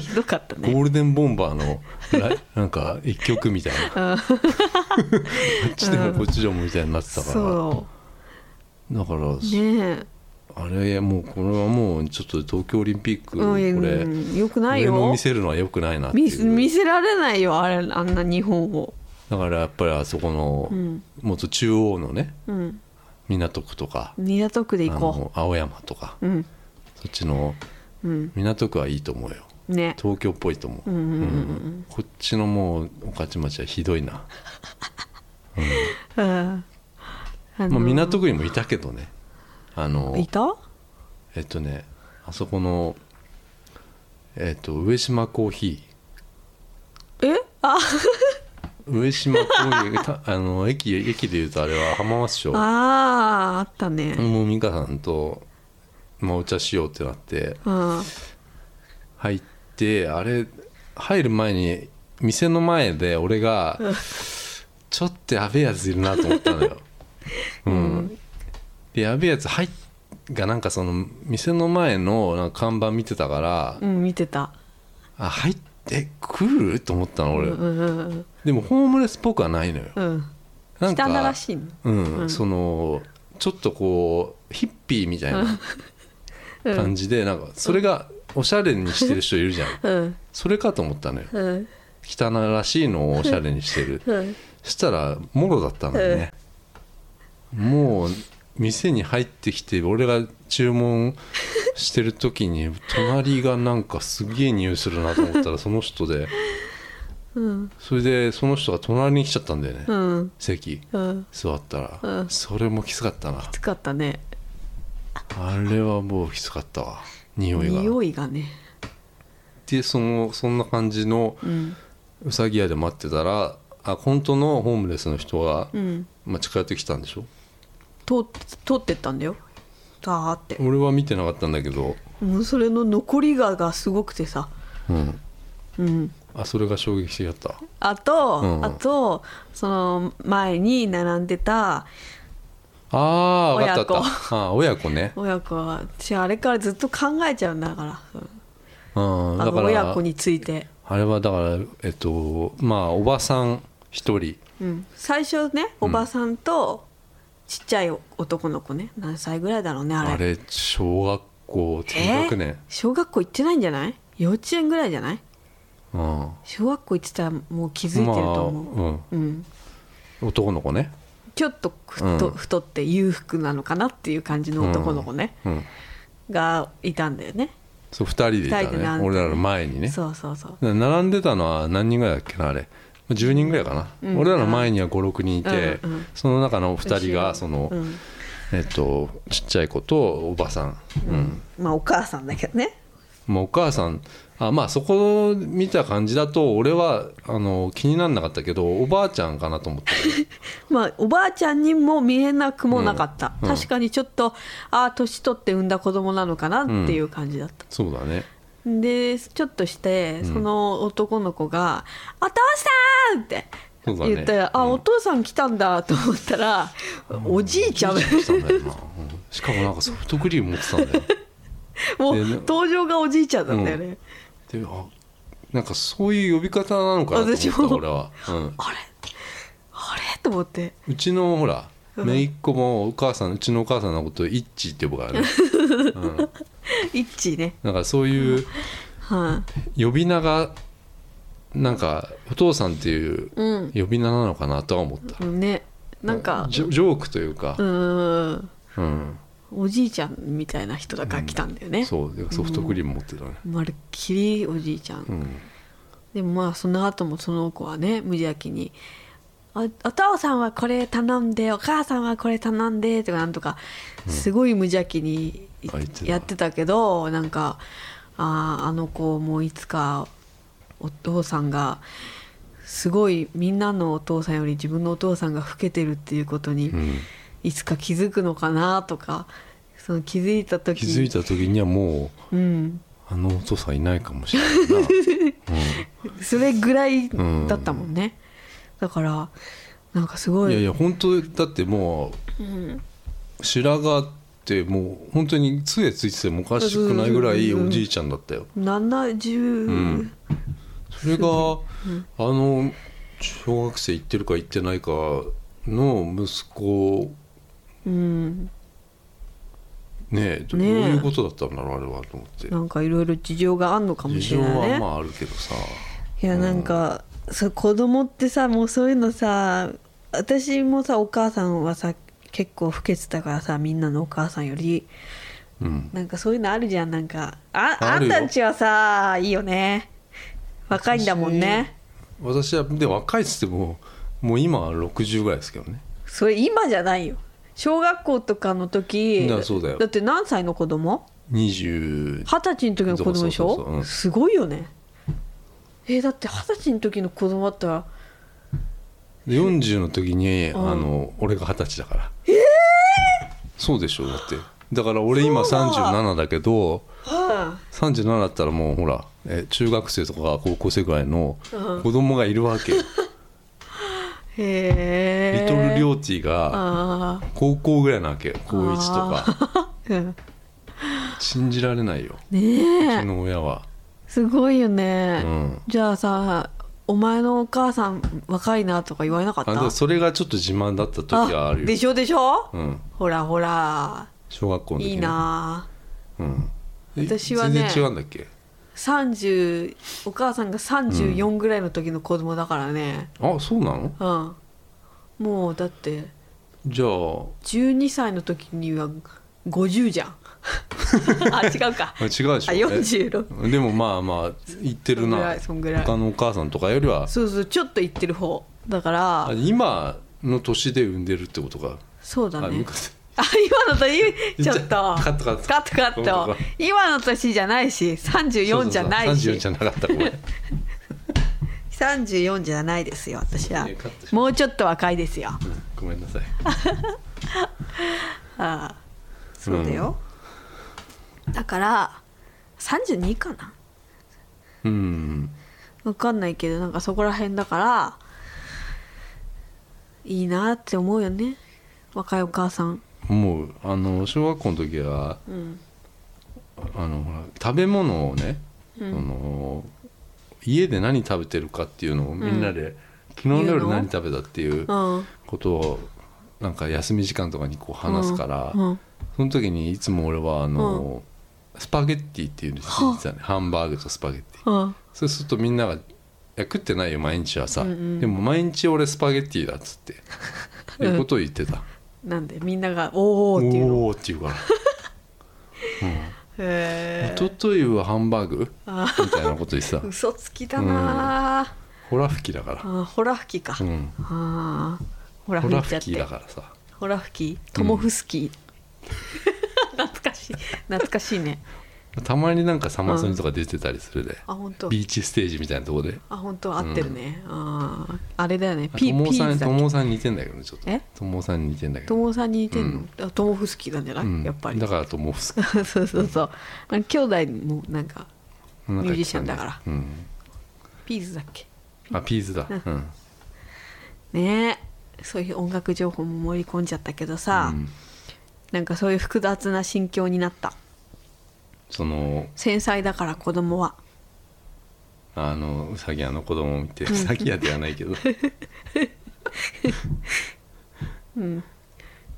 Speaker 2: ひどかった
Speaker 1: ゴ
Speaker 2: ね
Speaker 1: ールデンボンバーのライなんか一曲みたい なあっちでもこっちでもみたいになってたから、
Speaker 2: そ
Speaker 1: だから、
Speaker 2: うねえ
Speaker 1: あれもうこれはもうちょっと東京オリンピック
Speaker 2: う
Speaker 1: これ、
Speaker 2: んうんよくない
Speaker 1: 上の
Speaker 2: よ
Speaker 1: 見せるのはよくないなって
Speaker 2: 見せ
Speaker 1: い
Speaker 2: 見
Speaker 1: う
Speaker 2: せられないよあれあんな日本を
Speaker 1: だからやっぱりあそこの、
Speaker 2: うん
Speaker 1: もっと中央のね
Speaker 2: うん
Speaker 1: 港区とか
Speaker 2: 港区で
Speaker 1: あ
Speaker 2: 行こ
Speaker 1: の青山とか
Speaker 2: ううん
Speaker 1: そっちの
Speaker 2: うん
Speaker 1: 港区はいいと思うよ
Speaker 2: ね
Speaker 1: 東京っぽいと思う,、
Speaker 2: うんうんうんうん
Speaker 1: こっちのもう御徒町はひどいな、
Speaker 2: うんあ
Speaker 1: ま
Speaker 2: の
Speaker 1: あ、港区にもいたけどねあの
Speaker 2: いた
Speaker 1: えっとねあそこのえっと上島コーヒ
Speaker 2: えあ
Speaker 1: ー上島コーヒー たあの駅駅でいうとあれは浜松町も
Speaker 2: あーあったね
Speaker 1: う美香さんと、まあ、お茶しようってなって
Speaker 2: うん
Speaker 1: 入ってあれ入る前に店の前で俺がちょっとやべえやついるなと思ったの よ。うん、でやべえやつ入っがなんかその店の前のなんか看板見てたから、
Speaker 2: うん見てた
Speaker 1: あ入ってくると思ったの俺、
Speaker 2: うんうんうん
Speaker 1: でもホームレスっぽくはないのよ
Speaker 2: うん
Speaker 1: なん
Speaker 2: 北なら
Speaker 1: か、
Speaker 2: しいの
Speaker 1: うん
Speaker 2: うん
Speaker 1: そのちょっとこうヒッピーみたいな
Speaker 2: うん
Speaker 1: 感じで、なんかそれがおしゃれにしてる人いるじゃ ん
Speaker 2: うん
Speaker 1: それかと思ったのよ
Speaker 2: うん
Speaker 1: 汚らしいのをおしゃれにして る
Speaker 2: うん
Speaker 1: そしたらもろだったのよね、もう店に入ってきて俺が注文してる時に隣がなんかすげえ匂いするなと思 ったらその人で
Speaker 2: うん
Speaker 1: それでその人が隣に来ちゃったんだよね、
Speaker 2: うん
Speaker 1: 席
Speaker 2: うん
Speaker 1: 座ったら、
Speaker 2: うん
Speaker 1: それもきつかったな
Speaker 2: 暑かったね
Speaker 1: あれはもうきつかったわ匂いが
Speaker 2: 匂いがね
Speaker 1: でそのそんな感じの
Speaker 2: うん
Speaker 1: うさぎ屋で待ってたらあ本当のホームレスの人が、
Speaker 2: うん
Speaker 1: まあ、近寄ってきたんでしょ
Speaker 2: 通って通ってったんだよガーって
Speaker 1: 俺は見てなかったんだけど、
Speaker 2: もうそれの残りががすごくてさ
Speaker 1: うん、
Speaker 2: うん
Speaker 1: あそれが衝撃的だった
Speaker 2: あと、
Speaker 1: うん
Speaker 2: あとその前に並んでた
Speaker 1: ああ分かった
Speaker 2: 親子
Speaker 1: 分かったあー親子ね
Speaker 2: 親子は私あれからずっと考えちゃうんだからうん
Speaker 1: うん
Speaker 2: あ
Speaker 1: だ
Speaker 2: の
Speaker 1: から
Speaker 2: 親子について、
Speaker 1: あれはだからえっとまあおばさん一人
Speaker 2: うん、最初ねおばさんとちっちゃい男の子ね何歳ぐらいだろうねあれ
Speaker 1: あれ小学校低
Speaker 2: えー
Speaker 1: 学年、
Speaker 2: 小学校行ってないんじゃない幼稚園ぐらいじゃない
Speaker 1: うん
Speaker 2: 小学校行ってたらもう気づいてると思う、
Speaker 1: まあうん
Speaker 2: うん、
Speaker 1: 男の子ね、
Speaker 2: ちょっと太,、
Speaker 1: うん
Speaker 2: 太って裕福なのかなっていう感じの男の子ね、
Speaker 1: うん、
Speaker 2: がいたんだよね
Speaker 1: そう2人でいた
Speaker 2: 二人で並ん
Speaker 1: ね
Speaker 2: で
Speaker 1: 俺らの前にね
Speaker 2: そうそうそう
Speaker 1: 並んでたのは何人ぐらいだっけなあれ10人ぐらいかな、
Speaker 2: うん
Speaker 1: 俺らの前には56人いて、
Speaker 2: うんうん
Speaker 1: その中の2人がその、
Speaker 2: うん
Speaker 1: えっとちっちゃい子とおばさん、うん
Speaker 2: まあお母さんだけどね
Speaker 1: もうお母さんあまあそこ見た感じだと俺はあの気にならなかったけどおばあちゃんかなと思って
Speaker 2: まあ、おばあちゃんにも見えなくもなかった、
Speaker 1: うんうん
Speaker 2: 確かにちょっとああ年取って産んだ子供なのかなっていう感じだった、
Speaker 1: そうだね
Speaker 2: でちょっとしてその男の子が「お父さん!」って
Speaker 1: そうだね
Speaker 2: 言ったら、あお父さん来たんだと思ったら、おじいちゃん
Speaker 1: おじいちゃん来たんだよ なうんしかもなんかソフトクリーム持ってたんだよ
Speaker 2: も
Speaker 1: で
Speaker 2: う
Speaker 1: な
Speaker 2: 登場がおじいちゃんだったよね、
Speaker 1: であなんかそういう呼び方なのかなと
Speaker 2: 私
Speaker 1: 思った
Speaker 2: も
Speaker 1: 俺は、うん、
Speaker 2: あれあれと思って
Speaker 1: うちのほら
Speaker 2: うん
Speaker 1: 姪っ子もお母さんうちのお母さんのことイッチって呼ぶからね、うん、だ
Speaker 2: 一致ね、
Speaker 1: からそういう
Speaker 2: は
Speaker 1: 呼び名がなんかお父さんっていう
Speaker 2: いうん
Speaker 1: 呼び名なのかなとは思った、
Speaker 2: ねなんか
Speaker 1: ジョジョークというか
Speaker 2: う、ーん
Speaker 1: うん
Speaker 2: おじいちゃんみたいな人だから来たんだよね、
Speaker 1: そうでソフトクリーム持ってたね、
Speaker 2: まるっきりおじいちゃん、
Speaker 1: うん、
Speaker 2: でもまあその後もその子はね無邪気にお「お父さんはこれ頼んでお母さんはこれ頼んで」とかなんとかすごい無邪気に
Speaker 1: あ言ってた
Speaker 2: やってたけどなんかあーあの子もいつかお父さんがすごいみんなのお父さんより自分のお父さんが老けてるっていうことに
Speaker 1: うん、
Speaker 2: いつか気づくのかなとかその気づいた
Speaker 1: 気
Speaker 2: 時
Speaker 1: づいた時にはもう
Speaker 2: うん、
Speaker 1: あのお父さんいないかもしれ ないな、
Speaker 2: それぐらいだったもんね、だからなんかすご
Speaker 1: うん、
Speaker 2: い
Speaker 1: いやいや本当だっても
Speaker 2: うん
Speaker 1: う白髪ってもう本当に杖ついててもおかしくないぐらいおじいちゃんだったよ
Speaker 2: 70、
Speaker 1: んそれが、あの小学生行ってるか行ってないかの息子
Speaker 2: うん
Speaker 1: ねえどう
Speaker 2: ねえ
Speaker 1: いうことだったんだろうあれはと思って
Speaker 2: なんかいろいろ事情があんのかも
Speaker 1: 事
Speaker 2: しれ
Speaker 1: 情
Speaker 2: ないね、
Speaker 1: はまああるけどさ
Speaker 2: いやなんか、そう子供ってさもうそういうのさ私もさお母さんはさ結構老けてたからさみんなのお母さんより
Speaker 1: うん
Speaker 2: なんかそういうのあるじゃんなんかああ
Speaker 1: ある
Speaker 2: ん
Speaker 1: よ
Speaker 2: たんちはさいいよね若いんだもんね
Speaker 1: 私はで若いっつってももう今は60ぐらいですけどね
Speaker 2: それ今じゃないよ小学校とかの時
Speaker 1: いやそうだよ
Speaker 2: って何歳の子供
Speaker 1: 20
Speaker 2: 二十歳の時の子供でし
Speaker 1: そ
Speaker 2: ょ
Speaker 1: うそうそうそううん
Speaker 2: すごいよねえーだって二十歳の時の子供だったら
Speaker 1: で40の時に、
Speaker 2: ん
Speaker 1: あの俺が二十歳だからそうでしょだってだから俺今37だけど
Speaker 2: は
Speaker 1: 37だったらもうほらえ中学生とか高校生ぐらいの
Speaker 2: うん
Speaker 1: 子供がいるわけよ、
Speaker 2: あへえ
Speaker 1: リトルリョーティが
Speaker 2: あ
Speaker 1: 高校ぐらいなわけよ高1とか
Speaker 2: あ うん
Speaker 1: 信じられないようち
Speaker 2: ねえ
Speaker 1: の親は、
Speaker 2: すごいよね、
Speaker 1: うん、
Speaker 2: じゃあさお前のお母さん若いなとか言われなかった
Speaker 1: あでもそれがちょっと自慢だった時はある
Speaker 2: で
Speaker 1: よ、
Speaker 2: しょでしょ、
Speaker 1: うん、
Speaker 2: ほらほら
Speaker 1: 小学校の時ね
Speaker 2: いいなあ
Speaker 1: うん、え
Speaker 2: 私はね
Speaker 1: 全然違うんだっけ
Speaker 2: 30お母さんが34ぐらいの時の子供だからね
Speaker 1: あそうなの
Speaker 2: うん、もうだって
Speaker 1: じゃあ
Speaker 2: 12歳の時には50じゃん あ違うか
Speaker 1: あ違うでしょ
Speaker 2: あ46
Speaker 1: でもまあまあ言ってるな
Speaker 2: そんぐらいそんぐらい
Speaker 1: 他のお母さんとかよりは
Speaker 2: そうそうちょっと言ってる方だか
Speaker 1: あ
Speaker 2: ら
Speaker 1: 今の年で産んでるってことか、
Speaker 2: そう
Speaker 1: あ
Speaker 2: だね
Speaker 1: 昔
Speaker 2: あ今の年ちょっと
Speaker 1: カットカット
Speaker 2: カットカッ
Speaker 1: ごめんご
Speaker 2: ト
Speaker 1: めん
Speaker 2: 今の年じゃないし34じゃない
Speaker 1: そう
Speaker 2: し
Speaker 1: そうそう34じゃなかったご めん
Speaker 2: 34じゃないですよ私はい
Speaker 1: やカットし
Speaker 2: もうちょっと若いですよ
Speaker 1: ごめんなさい
Speaker 2: ああそうだよ、だから32かな
Speaker 1: うん
Speaker 2: わかんないけどなんかそこら辺だからいいなって思うよね若いお母さん
Speaker 1: もうあの小学校の時は
Speaker 2: うん
Speaker 1: あのほら食べ物をね、
Speaker 2: うん
Speaker 1: その家で何食べてるかっていうのをみんなで、昨日の
Speaker 2: 言う
Speaker 1: 夜
Speaker 2: の
Speaker 1: 何食べたっていう
Speaker 2: うん
Speaker 1: ことをなんか休み時間とかにこう話すから、
Speaker 2: うん
Speaker 1: その時にいつも俺はあの、スパゲッティっていうのを聞いてたねハンバーグとスパゲッティ
Speaker 2: うん
Speaker 1: そうするとみんなが「いや食ってないよ毎日はさ、
Speaker 2: うんうん
Speaker 1: でも毎日俺スパゲッティだ」っつ って、
Speaker 2: うん
Speaker 1: いうことを言ってた
Speaker 2: なんでみんなが
Speaker 1: 「
Speaker 2: 「お
Speaker 1: お
Speaker 2: ーお」っていうの
Speaker 1: ーって言うから
Speaker 2: へ
Speaker 1: 「
Speaker 2: え
Speaker 1: 一昨日はハンバーグ?」
Speaker 2: あ
Speaker 1: みたいなこと言ってた
Speaker 2: 嘘つきだなあ
Speaker 1: ホラ吹きだから、
Speaker 2: あホラ吹きか、
Speaker 1: うん、
Speaker 2: ああホラ
Speaker 1: ホ
Speaker 2: 吹
Speaker 1: ラ
Speaker 2: いちゃっ
Speaker 1: 吹き
Speaker 2: て
Speaker 1: だからさ
Speaker 2: ホラ吹きトモフスキー、懐かしい懐かしいね
Speaker 1: たまになんかサマソニとか出てたりするで、
Speaker 2: あ本当
Speaker 1: ビーチステージみたいなとこで
Speaker 2: あ本当合ってるね、あーあれだよねピ
Speaker 1: 友
Speaker 2: ー
Speaker 1: 尾
Speaker 2: ピ
Speaker 1: さ
Speaker 2: ー
Speaker 1: ん
Speaker 2: ズだっけ
Speaker 1: 友尾さんに似てんだけどねちょっと
Speaker 2: え
Speaker 1: 友尾さんに似てんだけど、
Speaker 2: 友尾さんに似てんの、
Speaker 1: うん
Speaker 2: あ友夫好きなんじゃない、
Speaker 1: うん
Speaker 2: やっぱり
Speaker 1: だから友尾好き
Speaker 2: そうそうそうなんか兄弟もなんか
Speaker 1: ミ
Speaker 2: ミュージシャンだから
Speaker 1: うん、
Speaker 2: ピーズだっけ
Speaker 1: あピーズだ、うん
Speaker 2: ねえそういう音楽情報も盛り込んじゃったけどさ、
Speaker 1: うん
Speaker 2: なんかそういう複雑な心境になった
Speaker 1: その
Speaker 2: 繊細だから子供は
Speaker 1: あのうさぎ屋の子供を見てうさぎ屋ではない けど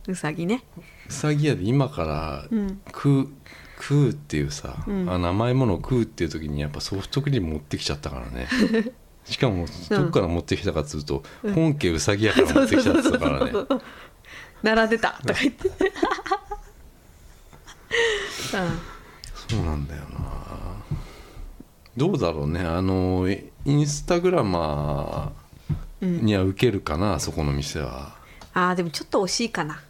Speaker 2: うさぎね
Speaker 1: うさぎ屋で今から
Speaker 2: うん
Speaker 1: 食う食うっていうさ、
Speaker 2: うん
Speaker 1: あの甘いものを食うっていう時にやっぱソフトクリーム持ってきちゃったから ねしかもどっから持ってきたかっつうと、本家うさぎ屋 から持ってきたっつうからね
Speaker 2: 並んでたとか言ってう
Speaker 1: そうなんだよなどうだろうねあのインスタグラマーには受けるかな、そこの店は
Speaker 2: んあーでもちょっと惜しいかな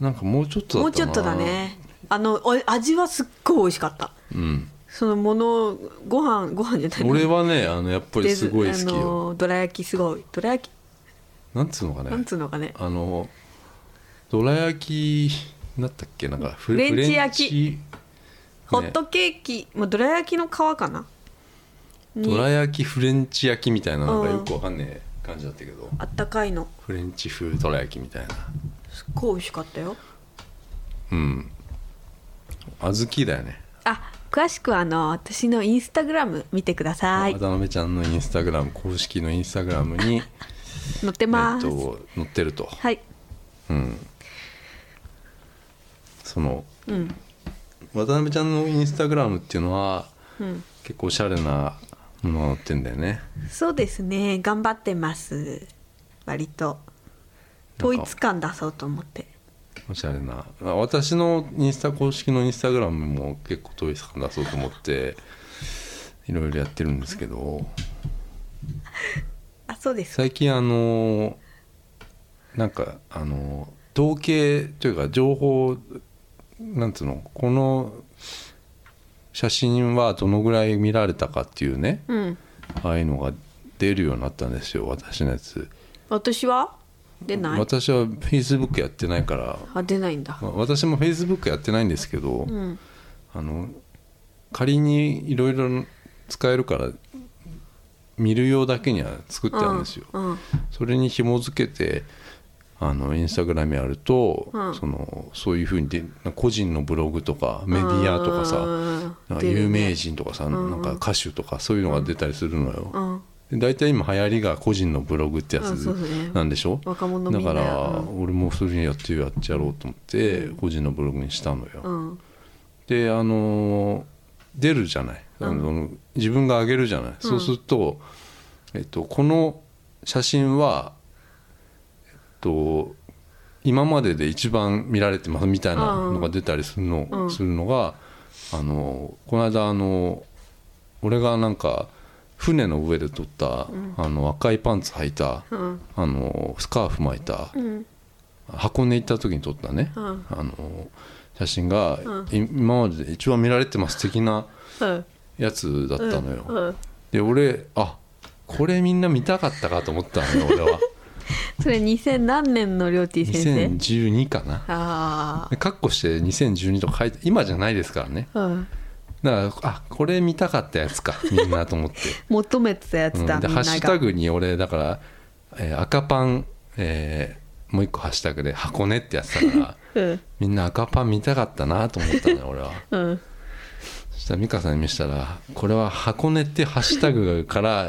Speaker 1: なんかもうちょっとだ
Speaker 2: もう
Speaker 1: った
Speaker 2: ちょ
Speaker 1: な
Speaker 2: っとだねあのお味はすっごい美味しかった
Speaker 1: うん
Speaker 2: そのものご飯ご飯じゃない
Speaker 1: 俺はねあのやっぱりすごい好き
Speaker 2: であ
Speaker 1: よ
Speaker 2: のどら焼きすごいどら焼き
Speaker 1: なんつうのかね
Speaker 2: なんつうのかね
Speaker 1: あのどら焼きだったっけなんかフ
Speaker 2: フレンチ焼き
Speaker 1: フレンチ
Speaker 2: ホットケーキ、まあ、どら焼きの皮かなに
Speaker 1: どら焼きフレンチ焼きみたいななんかよくわかんねえ感じだったけど
Speaker 2: あったかいの
Speaker 1: フレンチ風どら焼きみたいな
Speaker 2: すっごい美味しかったよ
Speaker 1: うん小豆だよね
Speaker 2: あ詳しくはあの私のインスタグラム見てください
Speaker 1: 渡辺ちゃんのインスタグラム公式のインスタグラムに、
Speaker 2: 載っ
Speaker 1: え
Speaker 2: て
Speaker 1: っ
Speaker 2: ます、
Speaker 1: と、載ってると、
Speaker 2: はい
Speaker 1: うん、その
Speaker 2: うん
Speaker 1: 渡辺ちゃんのインスタグラムっていうのは
Speaker 2: うん
Speaker 1: 結構おしゃれなものが載ってんだよね
Speaker 2: そうですね頑張ってます割と
Speaker 1: なん
Speaker 2: 統
Speaker 1: か
Speaker 2: 一感出そうと思って
Speaker 1: おしゃれなあ私のインスタ公式のインスタグラムも結構統一感出そうと思っていろいろやってるんですけど
Speaker 2: あそうです
Speaker 1: 最近あのなんかあの統計というか情報なんつうのこの写真はどのぐらい見られたかっていうね
Speaker 2: うん
Speaker 1: ああいうのが出るようになったんですよ私のやつ
Speaker 2: 私は出ない
Speaker 1: 私は Facebook やってないから
Speaker 2: あ出ないんだ
Speaker 1: まあ私も Facebook やってないんですけど、
Speaker 2: うん
Speaker 1: あの仮にいろいろ使えるから見る用だけには作ってあるんですよ、
Speaker 2: うんうん
Speaker 1: それに紐付けてあのインスタグラムやると、
Speaker 2: うん
Speaker 1: そのそういうふうにで個人のブログとかメディアとかさなんか
Speaker 2: 出るね
Speaker 1: 有名人とかさ、なんか歌手とかそういうのが出たりするのよ、
Speaker 2: うん
Speaker 1: で大体今流行りが個人のブログってやつ
Speaker 2: うんそうそうね
Speaker 1: なんでしょ、
Speaker 2: 若者み
Speaker 1: だ
Speaker 2: んな
Speaker 1: から
Speaker 2: う
Speaker 1: 俺もそれやってやってやろうと思って個人のブログにしたのよ、
Speaker 2: うん
Speaker 1: であのー出るじゃない、あの自分が上げるじゃない、そうすると、えっと、この写真は、えっと、今までで一番見られてますみたいなのが出たりするの,、
Speaker 2: うん
Speaker 1: するのがあのーこの間あのー俺がなんか船の上で撮った、あの赤いパンツ履いた、
Speaker 2: うん
Speaker 1: あのースカーフ巻いた、
Speaker 2: うん
Speaker 1: 箱根行った時に撮ったね、
Speaker 2: うん
Speaker 1: あの写真が、
Speaker 2: う
Speaker 1: い今までで一番見られてます的な
Speaker 2: うん
Speaker 1: やつだったのよ、
Speaker 2: うん
Speaker 1: で俺あこれみんな見たかったかと思った のよ俺は
Speaker 2: それ2000何年のりょうてぃ先生
Speaker 1: 2012かな
Speaker 2: あ
Speaker 1: でカッコして2012とか書いて今じゃないですからね
Speaker 2: あ、うん、
Speaker 1: だからあこれ見たかったやつかみんなと思って、
Speaker 2: 求めてた や
Speaker 1: う
Speaker 2: つ
Speaker 1: ん
Speaker 2: だ、
Speaker 1: で
Speaker 2: みん
Speaker 1: ハ
Speaker 2: な
Speaker 1: ッシュタ
Speaker 2: が
Speaker 1: グに俺だから、えー赤パン、えーもう一個ハッシュタグで箱根ってやつだから
Speaker 2: うん
Speaker 1: みんな赤パン見たかったなと思ったのよ俺は。
Speaker 2: うん
Speaker 1: そしたら美香さんに見せたらこれは箱根ってハッシュタグから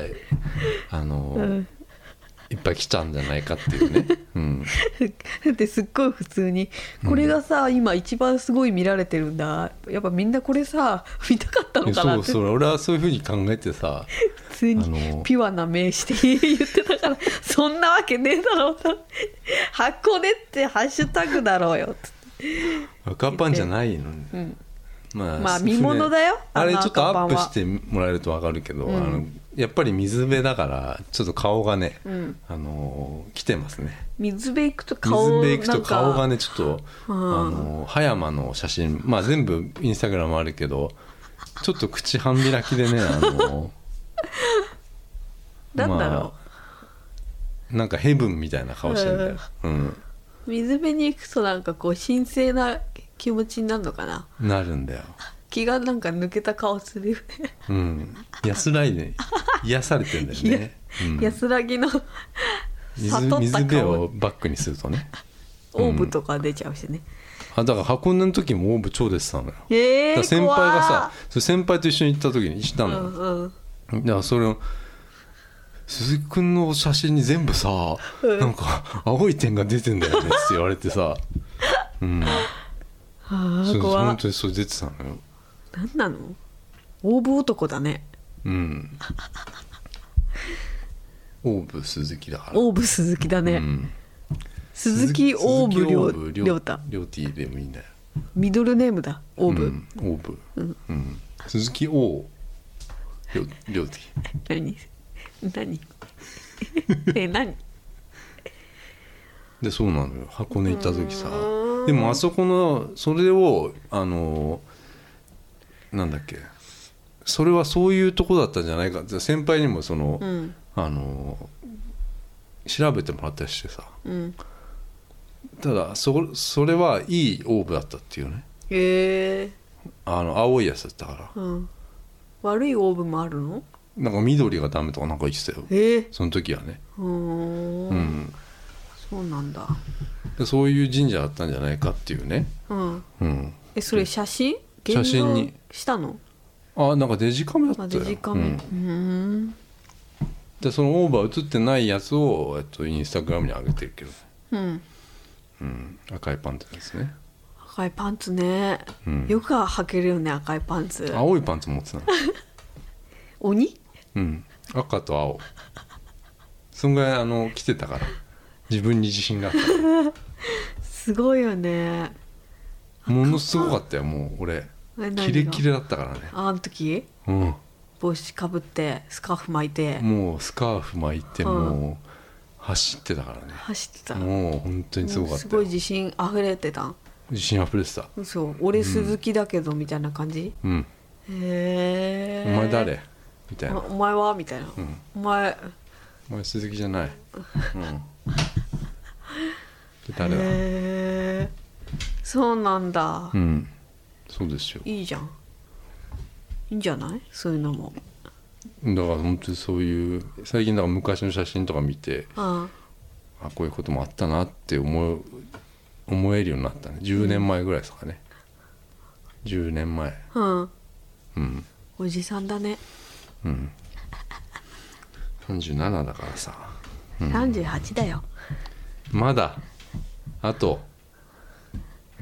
Speaker 1: あの、
Speaker 2: うん
Speaker 1: いっぱい来たんじゃないかっていうね、 うん、
Speaker 2: だってすっごい普通にこれがさ今一番すごい見られてるんだやっぱみんなこれさ見たかったのかな
Speaker 1: そ
Speaker 2: っ
Speaker 1: う
Speaker 2: て
Speaker 1: そう俺はそういうふうに考えてさ
Speaker 2: 普通
Speaker 1: あ
Speaker 2: に
Speaker 1: の
Speaker 2: ピュアな名詞で言ってたからそんなわけねえだろうと箱根ってハッシュタグだろうよつって
Speaker 1: 赤パンじゃないのに、
Speaker 2: ん
Speaker 1: ま
Speaker 2: まあ見物だよ
Speaker 1: 船あれ
Speaker 2: あの
Speaker 1: ちょっと
Speaker 2: 赤パン
Speaker 1: ア
Speaker 2: は
Speaker 1: ップしてもらえると分かるけど、あのやっぱり水辺だからちょっと顔がね、
Speaker 2: うん
Speaker 1: あのー来てますね
Speaker 2: 水辺行くと
Speaker 1: 水
Speaker 2: 顔
Speaker 1: 辺行く
Speaker 2: な
Speaker 1: と
Speaker 2: んか
Speaker 1: 顔がねちょっと、
Speaker 2: うん
Speaker 1: あのー葉山の写真まあ全部インスタグラムあるけどちょっと口半開きでねあ のー
Speaker 2: なんだろう、
Speaker 1: まあなんかヘブンみたいな顔してんだよ、うん
Speaker 2: 水辺に行くとなんかこう神聖な気持ちになるのかな
Speaker 1: なるんだよ
Speaker 2: 気がなんか抜けた顔するよね
Speaker 1: うん安らいで癒されてんだよね、うん、
Speaker 2: 安らぎの
Speaker 1: 水
Speaker 2: 悟っ
Speaker 1: 水
Speaker 2: た
Speaker 1: 辺
Speaker 2: 顔
Speaker 1: をバックにするとね
Speaker 2: オーブとか出ちゃうしね、
Speaker 1: あだから箱根の時もオーブ超出てたのよ、
Speaker 2: え
Speaker 1: だか
Speaker 2: ー、
Speaker 1: ら先輩がさ
Speaker 2: 怖
Speaker 1: そう先輩と一緒に行った時にした
Speaker 2: ー
Speaker 1: のよ、
Speaker 2: うんうん
Speaker 1: だからそれを鈴木君の写真に全部さ、
Speaker 2: うん
Speaker 1: なんか青い点が出てんだよねって言われてさうん
Speaker 2: あ
Speaker 1: そ
Speaker 2: あ
Speaker 1: う
Speaker 2: 怖
Speaker 1: 本
Speaker 2: っ
Speaker 1: 当にそう出てたのよ
Speaker 2: 何なのオーブ男だね
Speaker 1: うんオーブ鈴木だから
Speaker 2: オーブ鈴木だね、
Speaker 1: うん
Speaker 2: 鈴木オーブりょうりょうた
Speaker 1: りょうてぃでもいいんだよ
Speaker 2: ミドルネームだオーブ、
Speaker 1: うん、オーブ、うん鈴木王りょうりょうてぃ
Speaker 2: 何何 え何
Speaker 1: でそうなのよ箱根行った時さでもあそこのそれをあのなんだっけそれはそういうとこだったんじゃないかって先輩にもその、
Speaker 2: うん
Speaker 1: あの調べてもらったりしてさ
Speaker 2: うん
Speaker 1: ただそそれはいいオーブだったっていうね
Speaker 2: へえ
Speaker 1: あの青いやつだったから
Speaker 2: うん悪いオーブもあるの
Speaker 1: なんか緑がダメとかなんか言ってたよ
Speaker 2: ええ
Speaker 1: その時はね、
Speaker 2: うーん
Speaker 1: うん、
Speaker 2: そうなんだ
Speaker 1: でそういう神社だったんじゃないかっていうね、
Speaker 2: うん
Speaker 1: うん、
Speaker 2: えそれ写真
Speaker 1: 写真に
Speaker 2: 現像したの
Speaker 1: あなんかデジカメだった
Speaker 2: あ
Speaker 1: よ
Speaker 2: デジカ
Speaker 1: う
Speaker 2: メ
Speaker 1: ん
Speaker 2: うん
Speaker 1: でそのオーバー映ってないやつを、えっと、インスタグラムに上げてるけど、
Speaker 2: うん
Speaker 1: うん、赤いパンツですね、
Speaker 2: 赤いパンツね、
Speaker 1: うん
Speaker 2: よく履けるよね赤いパンツ
Speaker 1: 青いパンツ持ってたの、
Speaker 2: 鬼
Speaker 1: うん、赤と青そんぐらいあの着てたから自分に自信があっ
Speaker 2: すごいよね
Speaker 1: たものすごかったよもう俺
Speaker 2: え何が
Speaker 1: キレキレだったからね、
Speaker 2: あの時帽子かぶってスカーフ巻いて
Speaker 1: うん、もうスカーフ巻いて
Speaker 2: うん
Speaker 1: もう走ってたからね
Speaker 2: 走ってた
Speaker 1: もう本当にすごかっ
Speaker 2: す
Speaker 1: た
Speaker 2: ご
Speaker 1: よ
Speaker 2: い自信あふれてたん
Speaker 1: 自信あふれてた
Speaker 2: 嘘俺鈴木だけどみたいな感じ、
Speaker 1: うん、
Speaker 2: へえ
Speaker 1: お前誰みたいな
Speaker 2: お前はみたいな、
Speaker 1: ん
Speaker 2: お前
Speaker 1: お前鈴木じゃない、うん、 で誰だ、
Speaker 2: へえそうなんだ、
Speaker 1: うんそうですよ
Speaker 2: いいじゃんいいんじゃないそういうのも
Speaker 1: だから本当にそういう最近だから昔の写真とか見て
Speaker 2: あ
Speaker 1: あこういうこともあったなって思う思えるようになったね10年前ぐらいですかね、10年前
Speaker 2: あうん
Speaker 1: うん
Speaker 2: おじさんだね、
Speaker 1: うん37だからさ
Speaker 2: 38だよ
Speaker 1: まだあと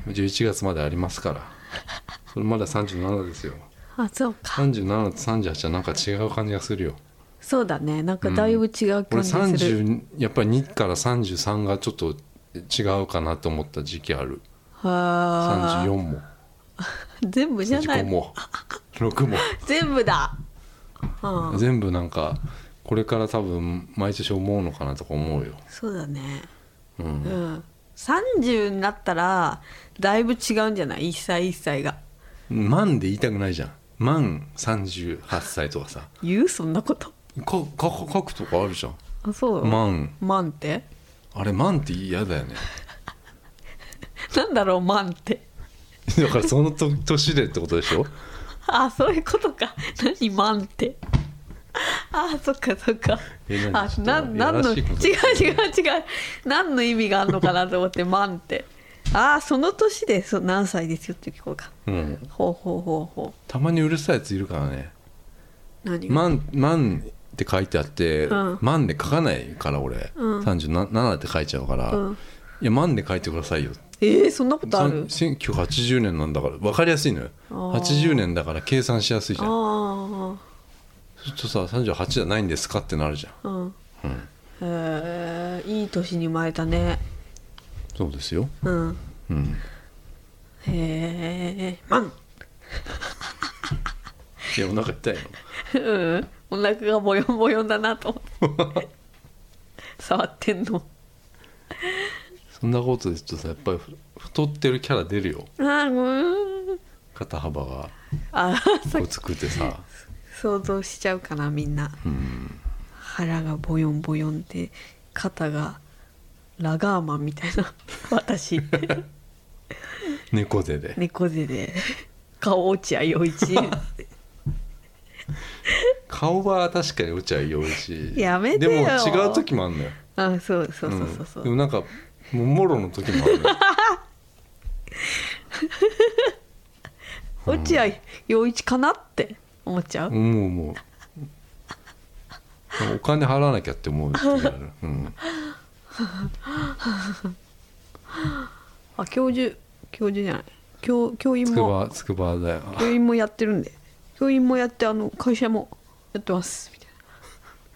Speaker 1: 11月までありますからそれまだ37ですよ
Speaker 2: あそうか
Speaker 1: 37と38はなんか違う感じがするよ
Speaker 2: そうだねなんかだいぶ違う
Speaker 1: 俺
Speaker 2: 感じする、
Speaker 1: 30やっぱり2から33がちょっと違うかなと思った時期ある
Speaker 2: はあ
Speaker 1: 34も
Speaker 2: 全部じゃな
Speaker 1: 35
Speaker 2: い
Speaker 1: も6も
Speaker 2: 全部だ、うん、
Speaker 1: 全部なんかこれから多分毎年思うのかなとか思うよ
Speaker 2: そうだね
Speaker 1: う
Speaker 2: うんん30になったらだいぶ違うんじゃない一歳一歳が
Speaker 1: 万で言いたくないじゃん万38歳とかさ
Speaker 2: 言うそんなこと
Speaker 1: かかか書くとかあるじゃん
Speaker 2: あそう
Speaker 1: 万
Speaker 2: 万って
Speaker 1: あれ万って嫌だよね
Speaker 2: なんだろう万って
Speaker 1: だからそのと年でってことでしょ
Speaker 2: あそういうことか何万ってあそっかそっか
Speaker 1: え何
Speaker 2: あ
Speaker 1: ちょっと
Speaker 2: な何の
Speaker 1: やらし
Speaker 2: 違う違
Speaker 1: いこと
Speaker 2: う違う何の意味があるのかなと思って万ってあその年でそ何歳ですよって聞こうか
Speaker 1: うん
Speaker 2: ほうほうほうほ
Speaker 1: たまにうるさいやついるからね
Speaker 2: う何が
Speaker 1: 万万って書いてあって、
Speaker 2: うん
Speaker 1: 万で書かないから俺、
Speaker 2: うん
Speaker 1: 37って書いちゃうから、
Speaker 2: うん
Speaker 1: いや万で書いてくださいよ
Speaker 2: えー、そんなことある
Speaker 1: さん1980年なんだから分かりやすいのよ
Speaker 2: あー
Speaker 1: 80年だから計算しやすいじゃん
Speaker 2: あ
Speaker 1: ちょっとさ38じゃないんですかってなるじゃん
Speaker 2: あうん、へえいい年に生まれたね
Speaker 1: そうですよ
Speaker 2: うん
Speaker 1: うん
Speaker 2: へえマン
Speaker 1: いやお腹痛いの
Speaker 2: うんお腹がボヨンボヨンだなと思 って触ってんの
Speaker 1: そんなことですとさやっぱりふ太ってるキャラ出るよ
Speaker 2: あーうん
Speaker 1: 肩幅が
Speaker 2: あーさ
Speaker 1: ごつくてさ
Speaker 2: 想像しちゃうかなみんな
Speaker 1: うん
Speaker 2: 腹がボヨンボヨンで肩がラガーマンみたいな私
Speaker 1: 猫背で
Speaker 2: 猫背で顔落合陽一
Speaker 1: 顔は確かに落合陽一
Speaker 2: やめてよ
Speaker 1: でも違う時もあんのよ
Speaker 2: あそうそうそうそうそう、
Speaker 1: んでもなんかもうもろの時もあるのよ
Speaker 2: 落合陽一かなって思っちゃう、
Speaker 1: もうもうお金払わなきゃって思う時ある、うん、
Speaker 2: あ教授教授じゃない教教員
Speaker 1: つく
Speaker 2: も
Speaker 1: ばつくばだよ
Speaker 2: 教員もやってるんで教員もやってあの会社もやってますみたい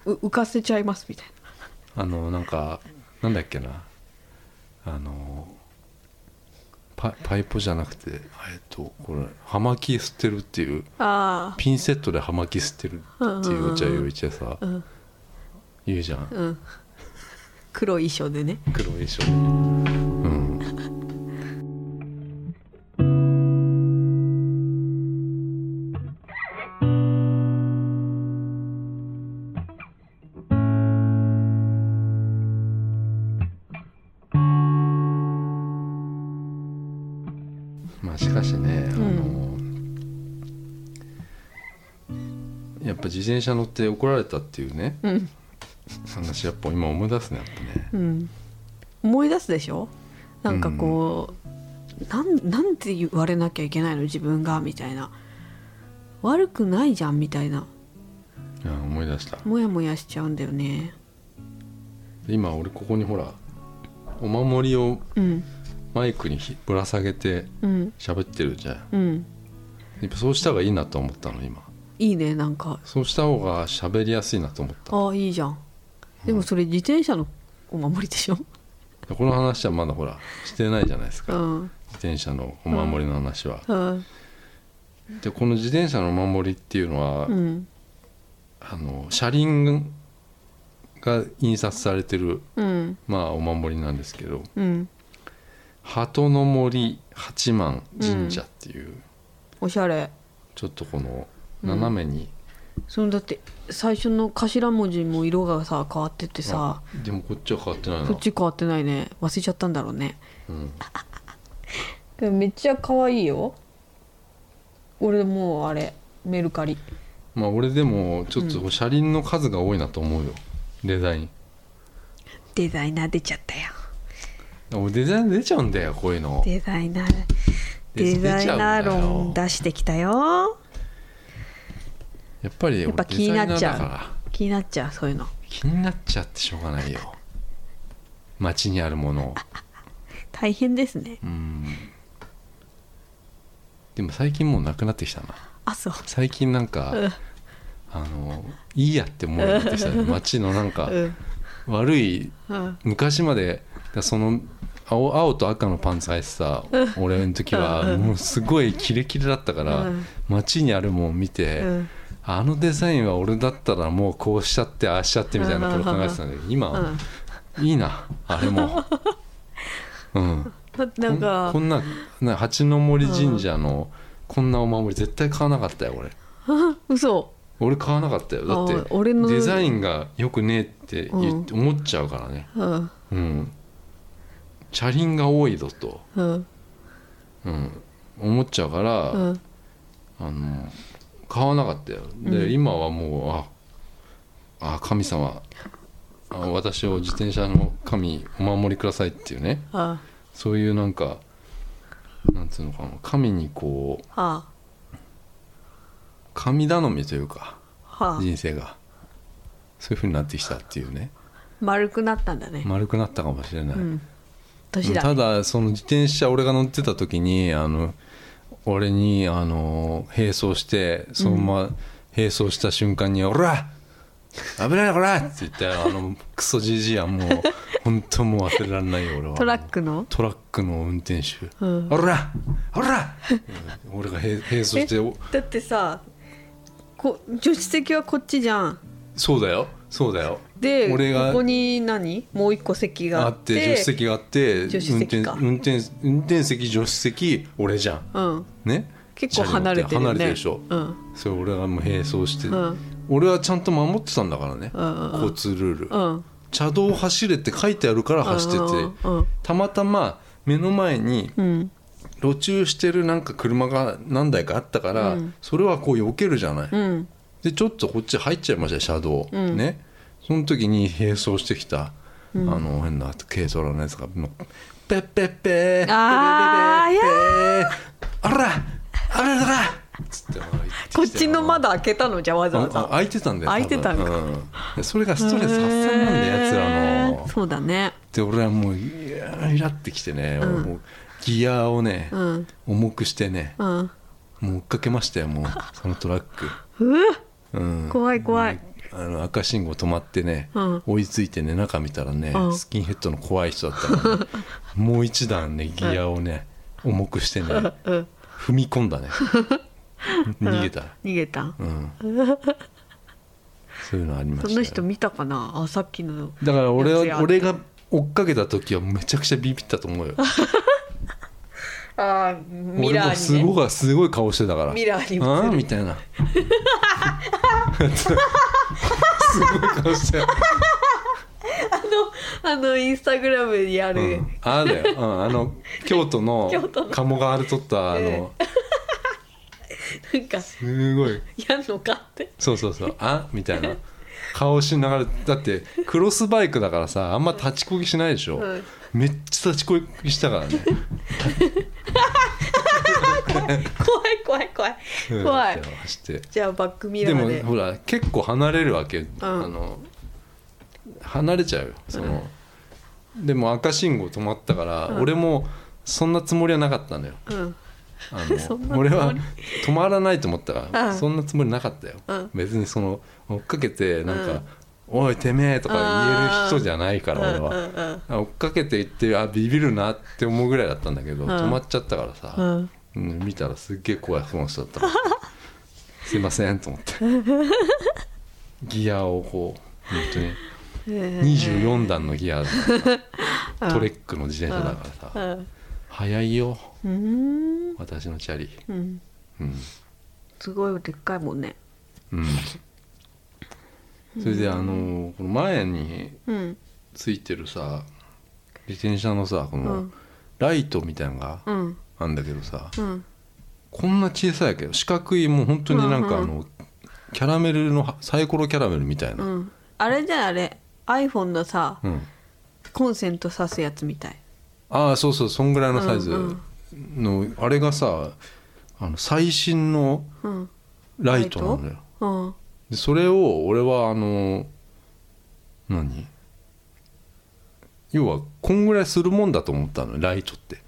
Speaker 2: なう浮かせちゃいますみたい
Speaker 1: あのなんかなんだっけなあのパパイポじゃなくてえっとこれ葉巻吸ってるっていう
Speaker 2: なあ
Speaker 1: ピンセットで葉巻吸ってるっていうお茶用意してさ、
Speaker 2: ん
Speaker 1: 言うじゃん
Speaker 2: あうん黒い衣装でね
Speaker 1: 黒い衣装うんまあしかしね、あのやっぱ自転車乗って怒られたっていうね
Speaker 2: うん
Speaker 1: 話やっぱ今思い出すねやっぱね
Speaker 2: うん思い出すでしょなんかこう、なんなんて言われなきゃいけないの自分がみたいな悪くないじゃんみたいな
Speaker 1: あ思い出した
Speaker 2: もやもやしちゃうんだよね
Speaker 1: 今俺ここにほらお守りを
Speaker 2: うん
Speaker 1: マイクにひぶら下げて
Speaker 2: うん
Speaker 1: 喋ってるじゃん
Speaker 2: うん
Speaker 1: やっぱそうした方がいいなと思ったの今
Speaker 2: いいねなんか
Speaker 1: そうした方が喋りやすいなと思った
Speaker 2: ああいいじゃんでもそれ自転車のお守りでしょ、
Speaker 1: でこの話はまだほらしてないじゃないです
Speaker 2: う
Speaker 1: か、
Speaker 2: ん
Speaker 1: 自転車のお守りの話は、
Speaker 2: うん
Speaker 1: でこの自転車のお守りっていうのは、
Speaker 2: うん
Speaker 1: あの車輪が印刷されてる
Speaker 2: うん
Speaker 1: まあお守りなんですけど
Speaker 2: うん
Speaker 1: 鳩の森八幡神社っていう、
Speaker 2: おしゃれ
Speaker 1: ちょっとこの斜めに、
Speaker 2: そのだって最初の頭文字も色がさ変わっててさ
Speaker 1: でもこっちは変わってないな
Speaker 2: そっち変わってないね忘れちゃったんだろうね
Speaker 1: うん、
Speaker 2: でもめっちゃ可愛いよ俺もうあれメルカリ
Speaker 1: まあ俺でもちょっと車輪の数が多いなと思うよ、デザイン
Speaker 2: デザイナー出ちゃったよ
Speaker 1: 俺デザイン出ちゃうんだよこういうの
Speaker 2: デザイナーデザイナー論出してきたよ
Speaker 1: やっぱり
Speaker 2: やっぱ
Speaker 1: 俺
Speaker 2: 気
Speaker 1: デ
Speaker 2: に
Speaker 1: ザイ
Speaker 2: な
Speaker 1: ナー
Speaker 2: っち
Speaker 1: だから
Speaker 2: ゃう気になっちゃうそういうの
Speaker 1: 気になっちゃってしょうがないよ街にあるものを
Speaker 2: 大変ですね
Speaker 1: うんでも最近もうなくなってきたな
Speaker 2: あそう
Speaker 1: 最近なんか、
Speaker 2: うん
Speaker 1: あのいいやって思うようになってきたね街のなんか
Speaker 2: うん
Speaker 1: 悪い
Speaker 2: うん
Speaker 1: 昔までその青青と赤のパンツ履いてた俺の時
Speaker 2: うん
Speaker 1: は
Speaker 2: うん
Speaker 1: もうすごいキレキレだったから
Speaker 2: うん
Speaker 1: 街にあるもん見て、
Speaker 2: うん
Speaker 1: あのデザインは俺だったらもうこうしちゃってああしちゃってみたいなことを考えてたんだけど今、いいなあれ もうん
Speaker 2: うんなんか
Speaker 1: こんなな八の森神社のこんなお守り絶対買わなかったよ俺
Speaker 2: 嘘
Speaker 1: 俺買わなかったよだ
Speaker 2: あ
Speaker 1: って
Speaker 2: 俺の
Speaker 1: デザインがよくねえって言って思っちゃうからね、
Speaker 2: うん
Speaker 1: うん、車輪が多いぞと、
Speaker 2: うん
Speaker 1: うん、思っちゃうから、
Speaker 2: うん
Speaker 1: あの買わなかったよで、
Speaker 2: うん
Speaker 1: 今はもうああ神様あ私を自転車の神お守りくださいっていうね
Speaker 2: あ
Speaker 1: そういうなんかなんつうのかな神にこう
Speaker 2: あ
Speaker 1: 神頼みというか
Speaker 2: はあ
Speaker 1: 人生がそういうふうになってきたっていうね
Speaker 2: 丸くなったんだね、
Speaker 1: 丸くなったかもしれない、
Speaker 2: うん年だ
Speaker 1: ただその自転車俺が乗ってた時にあの俺にあの並走してそのまま並走した瞬間に「おら危ないなこら!」って言ってあのクソじじいはも う本当もう忘れられないよ俺は
Speaker 2: トラックの
Speaker 1: トラックの運転手「
Speaker 2: うん
Speaker 1: おらおら! 」俺が並並走してお
Speaker 2: だってさこ助手席はこっちじゃん
Speaker 1: そうだよそうだよ
Speaker 2: で
Speaker 1: 俺が
Speaker 2: ここに何もう一個席が
Speaker 1: あ
Speaker 2: あ
Speaker 1: っ
Speaker 2: って
Speaker 1: て助手席があって
Speaker 2: 助手席か
Speaker 1: 運転運転運転席助手席俺じゃん
Speaker 2: うん、
Speaker 1: ね
Speaker 2: 結構離れてるよ
Speaker 1: 車両って離れ
Speaker 2: ね
Speaker 1: てるでしょ
Speaker 2: うん
Speaker 1: それ俺はもう並走して、
Speaker 2: うん
Speaker 1: 俺はちゃんと守ってたんだからね、
Speaker 2: うんうんうん
Speaker 1: 交通ルール、
Speaker 2: うん
Speaker 1: 車道を走れって書いてあるから走ってて、
Speaker 2: うんうん
Speaker 1: たまたま目の前に
Speaker 2: うん
Speaker 1: 路中してるなんか車が何台かあったから、
Speaker 2: うん
Speaker 1: それはこう避けるじゃない、
Speaker 2: うん
Speaker 1: でちょっとこっち入っちゃいましたよ車道、
Speaker 2: うん
Speaker 1: ねその時に並走してきた、あの変な軽トラのやつがのペッペッペーペペ
Speaker 2: あー
Speaker 1: ペペあらあらだらつって俺は言てきて
Speaker 2: こっちの窓開けたのじゃわざわ
Speaker 1: ああ
Speaker 2: ざ
Speaker 1: 開いてたんだよ
Speaker 2: 開いてたんか
Speaker 1: 多分うんでそれがストレス発散なんだよやつら
Speaker 2: へ
Speaker 1: の
Speaker 2: ーそうだね
Speaker 1: で俺はもういやーイラってきてね、俺もうギアをね、
Speaker 2: うん
Speaker 1: 重くしてね
Speaker 2: うん
Speaker 1: もう追っかけましたよもうそのトラック
Speaker 2: うわ
Speaker 1: うん
Speaker 2: 怖い怖い
Speaker 1: あの赤信号止まってね、
Speaker 2: うん
Speaker 1: 追いついてね中見たらね、
Speaker 2: うん
Speaker 1: スキンヘッドの怖い人だったから、ね、もう一段ねギアをね、重くしてね
Speaker 2: うん
Speaker 1: 踏み込んだね逃げた
Speaker 2: 逃げた
Speaker 1: うんそういうのありました
Speaker 2: そ
Speaker 1: よ
Speaker 2: の人見たかなあさっきの
Speaker 1: だから俺
Speaker 2: やつやっ
Speaker 1: は
Speaker 2: て
Speaker 1: 俺が追っかけた時はめちゃくちゃビビったと思うよ
Speaker 4: あーミ
Speaker 1: 俺
Speaker 4: ラ
Speaker 1: も
Speaker 4: ー
Speaker 1: す
Speaker 4: にね
Speaker 1: ごいすごい顔してたから
Speaker 4: ミラーに映る
Speaker 1: あーみ たいな すごい顔してた
Speaker 2: あのインスタグラムにある、
Speaker 1: うん、あれだよ、うん、あの京都の
Speaker 2: 京都の
Speaker 1: 鴨川で撮ったあの
Speaker 2: なんか
Speaker 1: すごい
Speaker 2: やんのかって
Speaker 1: そうそうそうあみたいな顔しながらだってクロスバイクだからさあんま立ちこぎしないでしょ、
Speaker 2: うん
Speaker 1: めっちゃ立ちこぎしたからね
Speaker 2: 怖い怖い怖い
Speaker 1: うん
Speaker 2: 怖い
Speaker 1: 走って
Speaker 2: じゃあバックミラ
Speaker 1: で
Speaker 2: ー
Speaker 1: も
Speaker 2: で
Speaker 1: ほら結構離れるわけ、あの離れちゃうよその、でも赤信号止まったから、俺もそんなつもりはなかったのよ
Speaker 2: うん
Speaker 1: あ
Speaker 2: そんなつも
Speaker 1: の
Speaker 2: り
Speaker 1: 俺は止まらないと思ったから、
Speaker 2: うん
Speaker 1: そんなつもりなかったよ、
Speaker 2: うん
Speaker 1: 別にその追っかけてなんか
Speaker 2: うん
Speaker 1: 「おいてめえ」とか言える人じゃないから
Speaker 2: う
Speaker 1: 俺
Speaker 2: んう
Speaker 1: は、
Speaker 2: んうん
Speaker 1: 追っかけて行ってあビビるなって思うぐらいだったんだけど、
Speaker 2: ん
Speaker 1: 止まっちゃったからさ、
Speaker 2: うん
Speaker 1: うん見たらすっげえ怖いその人 だったからすいませんと思ってギアをこう本当に
Speaker 2: え
Speaker 1: 24段のギアだ からトレックの自転車だからさ
Speaker 2: ー
Speaker 1: 速いよ
Speaker 2: うん
Speaker 1: 私のチャリ
Speaker 2: うん
Speaker 1: うん、
Speaker 2: すごいでっかいもんね
Speaker 1: うん、それであのこの前に
Speaker 2: うん
Speaker 1: ついてるさ自転車のさこ
Speaker 2: う
Speaker 1: の
Speaker 2: ん
Speaker 1: ライトみたいのが
Speaker 2: うん
Speaker 1: あんだけどさ
Speaker 2: うん
Speaker 1: こんな小さいけど四角いもう本当になんかあ
Speaker 2: うん
Speaker 1: のキャラメルのサイコロキャラメルみたいうなん
Speaker 2: あれじゃあれ iPhone のさ
Speaker 1: うん
Speaker 2: コンセント挿すやつみたい
Speaker 1: ああそうそうそんぐらいのサイズ
Speaker 2: うん
Speaker 1: のあれがさあの最新の
Speaker 2: うん
Speaker 1: ライトなんだよ
Speaker 2: うん
Speaker 1: でそれを俺はあの何要はこんぐらいするもんだと思ったのライトって、
Speaker 2: うん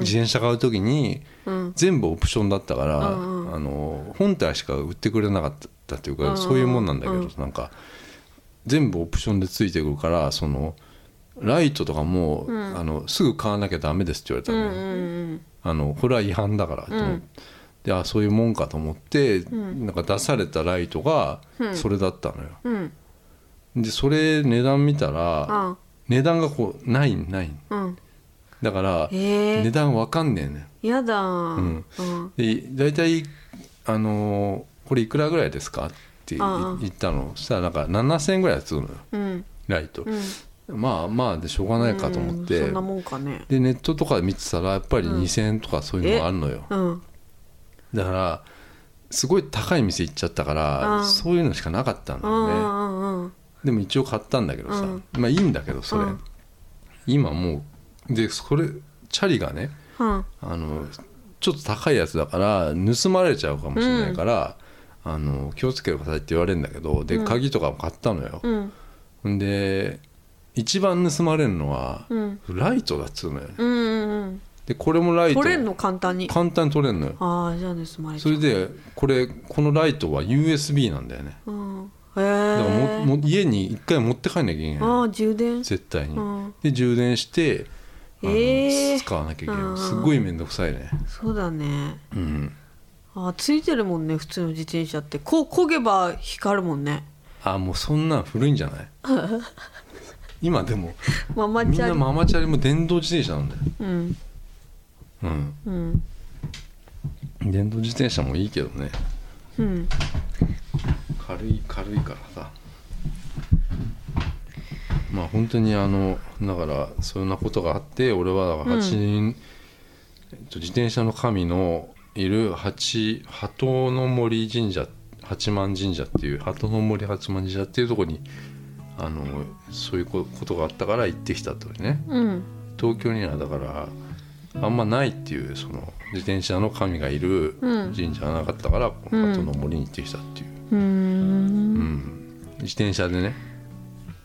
Speaker 1: 自転車買う時に
Speaker 2: うん
Speaker 1: 全部オプションだったから、
Speaker 2: うんうん
Speaker 1: あの本体しか売ってくれなかったっていうか、
Speaker 2: うんうん
Speaker 1: そういうもんなんだけど、
Speaker 2: うん
Speaker 1: なんか全部オプションでついてくるからそのライトとかも、
Speaker 2: ん
Speaker 1: あのすぐ買わなきゃダメですって言われた
Speaker 2: うん
Speaker 1: の
Speaker 2: う
Speaker 1: よ、
Speaker 2: ん
Speaker 1: あのこれは違反だからと思って、であそういうもんかと思って、なんか出されたライトが
Speaker 2: うん
Speaker 1: それだったのよ、
Speaker 2: うん
Speaker 1: でそれ値段見たら、
Speaker 2: うん
Speaker 1: 値段がこうないない
Speaker 2: うん
Speaker 1: だから
Speaker 2: へえ
Speaker 1: 値段わかんねえね
Speaker 2: やだー
Speaker 1: うん
Speaker 2: うん
Speaker 1: で大体あのーこれいくらぐらいですか?」ってい
Speaker 2: ああ
Speaker 1: 言ったのそしたらなんか7,000円ぐらいするのよ
Speaker 2: うん
Speaker 1: ライト
Speaker 2: う、ん
Speaker 1: まあまあでしょうがないかと思って、
Speaker 2: うんそんなもんかね
Speaker 1: でネットとかで見てたらやっぱり2,000円とかそういうのがあるのよ、
Speaker 2: うん
Speaker 1: だからすごい高い店行っちゃったから、
Speaker 2: うん
Speaker 1: そういうのしかなかったんだ
Speaker 2: う
Speaker 1: よ
Speaker 2: んう
Speaker 1: ね、
Speaker 2: んうん
Speaker 1: でも一応買ったんだけどさ、
Speaker 2: うん
Speaker 1: まあいいんだけどそれ、
Speaker 2: うん
Speaker 1: 今もうでそれチャリがね
Speaker 2: うん
Speaker 1: あのちょっと高いやつだから盗まれちゃうかもしれないから、あの気をつけてくださいって言われるんだけどで
Speaker 2: うん
Speaker 1: 鍵とかも買ったのよ、
Speaker 2: うん
Speaker 1: ん、で一番盗まれるのは、
Speaker 2: うん
Speaker 1: ライトだっつうのよね
Speaker 2: うんうん
Speaker 1: でこれもラ
Speaker 2: う
Speaker 1: イ
Speaker 2: ん
Speaker 1: ト
Speaker 2: 取れんの簡単に
Speaker 1: 簡単に取れんのよ
Speaker 2: ああじゃあ盗まれち
Speaker 1: そ
Speaker 2: ゃ
Speaker 1: れ
Speaker 2: う
Speaker 1: でこれこのライトは USB なんだよね
Speaker 2: うんへ
Speaker 1: だからも
Speaker 2: え
Speaker 1: も家に一回持って帰んなきゃいけない
Speaker 2: ああ充電
Speaker 1: 絶対に、
Speaker 2: うん
Speaker 1: で充電してあの
Speaker 2: えー
Speaker 1: 使わなきゃいけ
Speaker 2: う
Speaker 1: なんいすっごい面倒くさいね
Speaker 2: そうだね
Speaker 1: うん
Speaker 2: ああついてるもんね普通の自転車ってこう漕げば光るもんね
Speaker 1: あもうそんなん古いんじゃ ない今でも
Speaker 2: ママ
Speaker 1: みん
Speaker 2: チ
Speaker 1: な
Speaker 2: ャリ
Speaker 1: ママチャリも電動自転車なんだよ
Speaker 2: うん
Speaker 1: うん
Speaker 2: うん
Speaker 1: 電動自転車もいいけどね
Speaker 2: うん
Speaker 1: 軽い軽いからさまあ本当にあのだからそんなことがあって俺はだから八人、えっと自転車の神のいる八鳩の森神社八幡神社っていう鳩の森八幡神社っていうところにあのそういうこことがあったから行ってきたとね
Speaker 2: うん
Speaker 1: 東京にはだからあんまないっていうその自転車の神がいる
Speaker 2: うん
Speaker 1: 神社がなかったから、この鳩の森に行ってきたっていう。
Speaker 2: うーん
Speaker 1: うん自転車でね、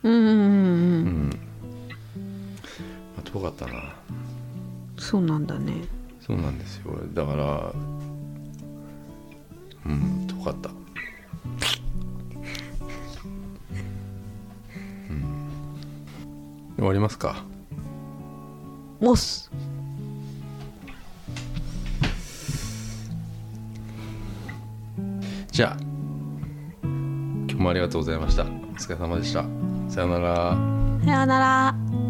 Speaker 2: うんうんうん
Speaker 1: う
Speaker 2: う
Speaker 1: んんまあ、遠かったな
Speaker 2: そうなんだね
Speaker 1: そうなんですよだからうん遠かったうん終わりますか
Speaker 2: モス
Speaker 1: じゃあ今日もありがとうございましたお疲れ様でしたさようなら
Speaker 2: さようなら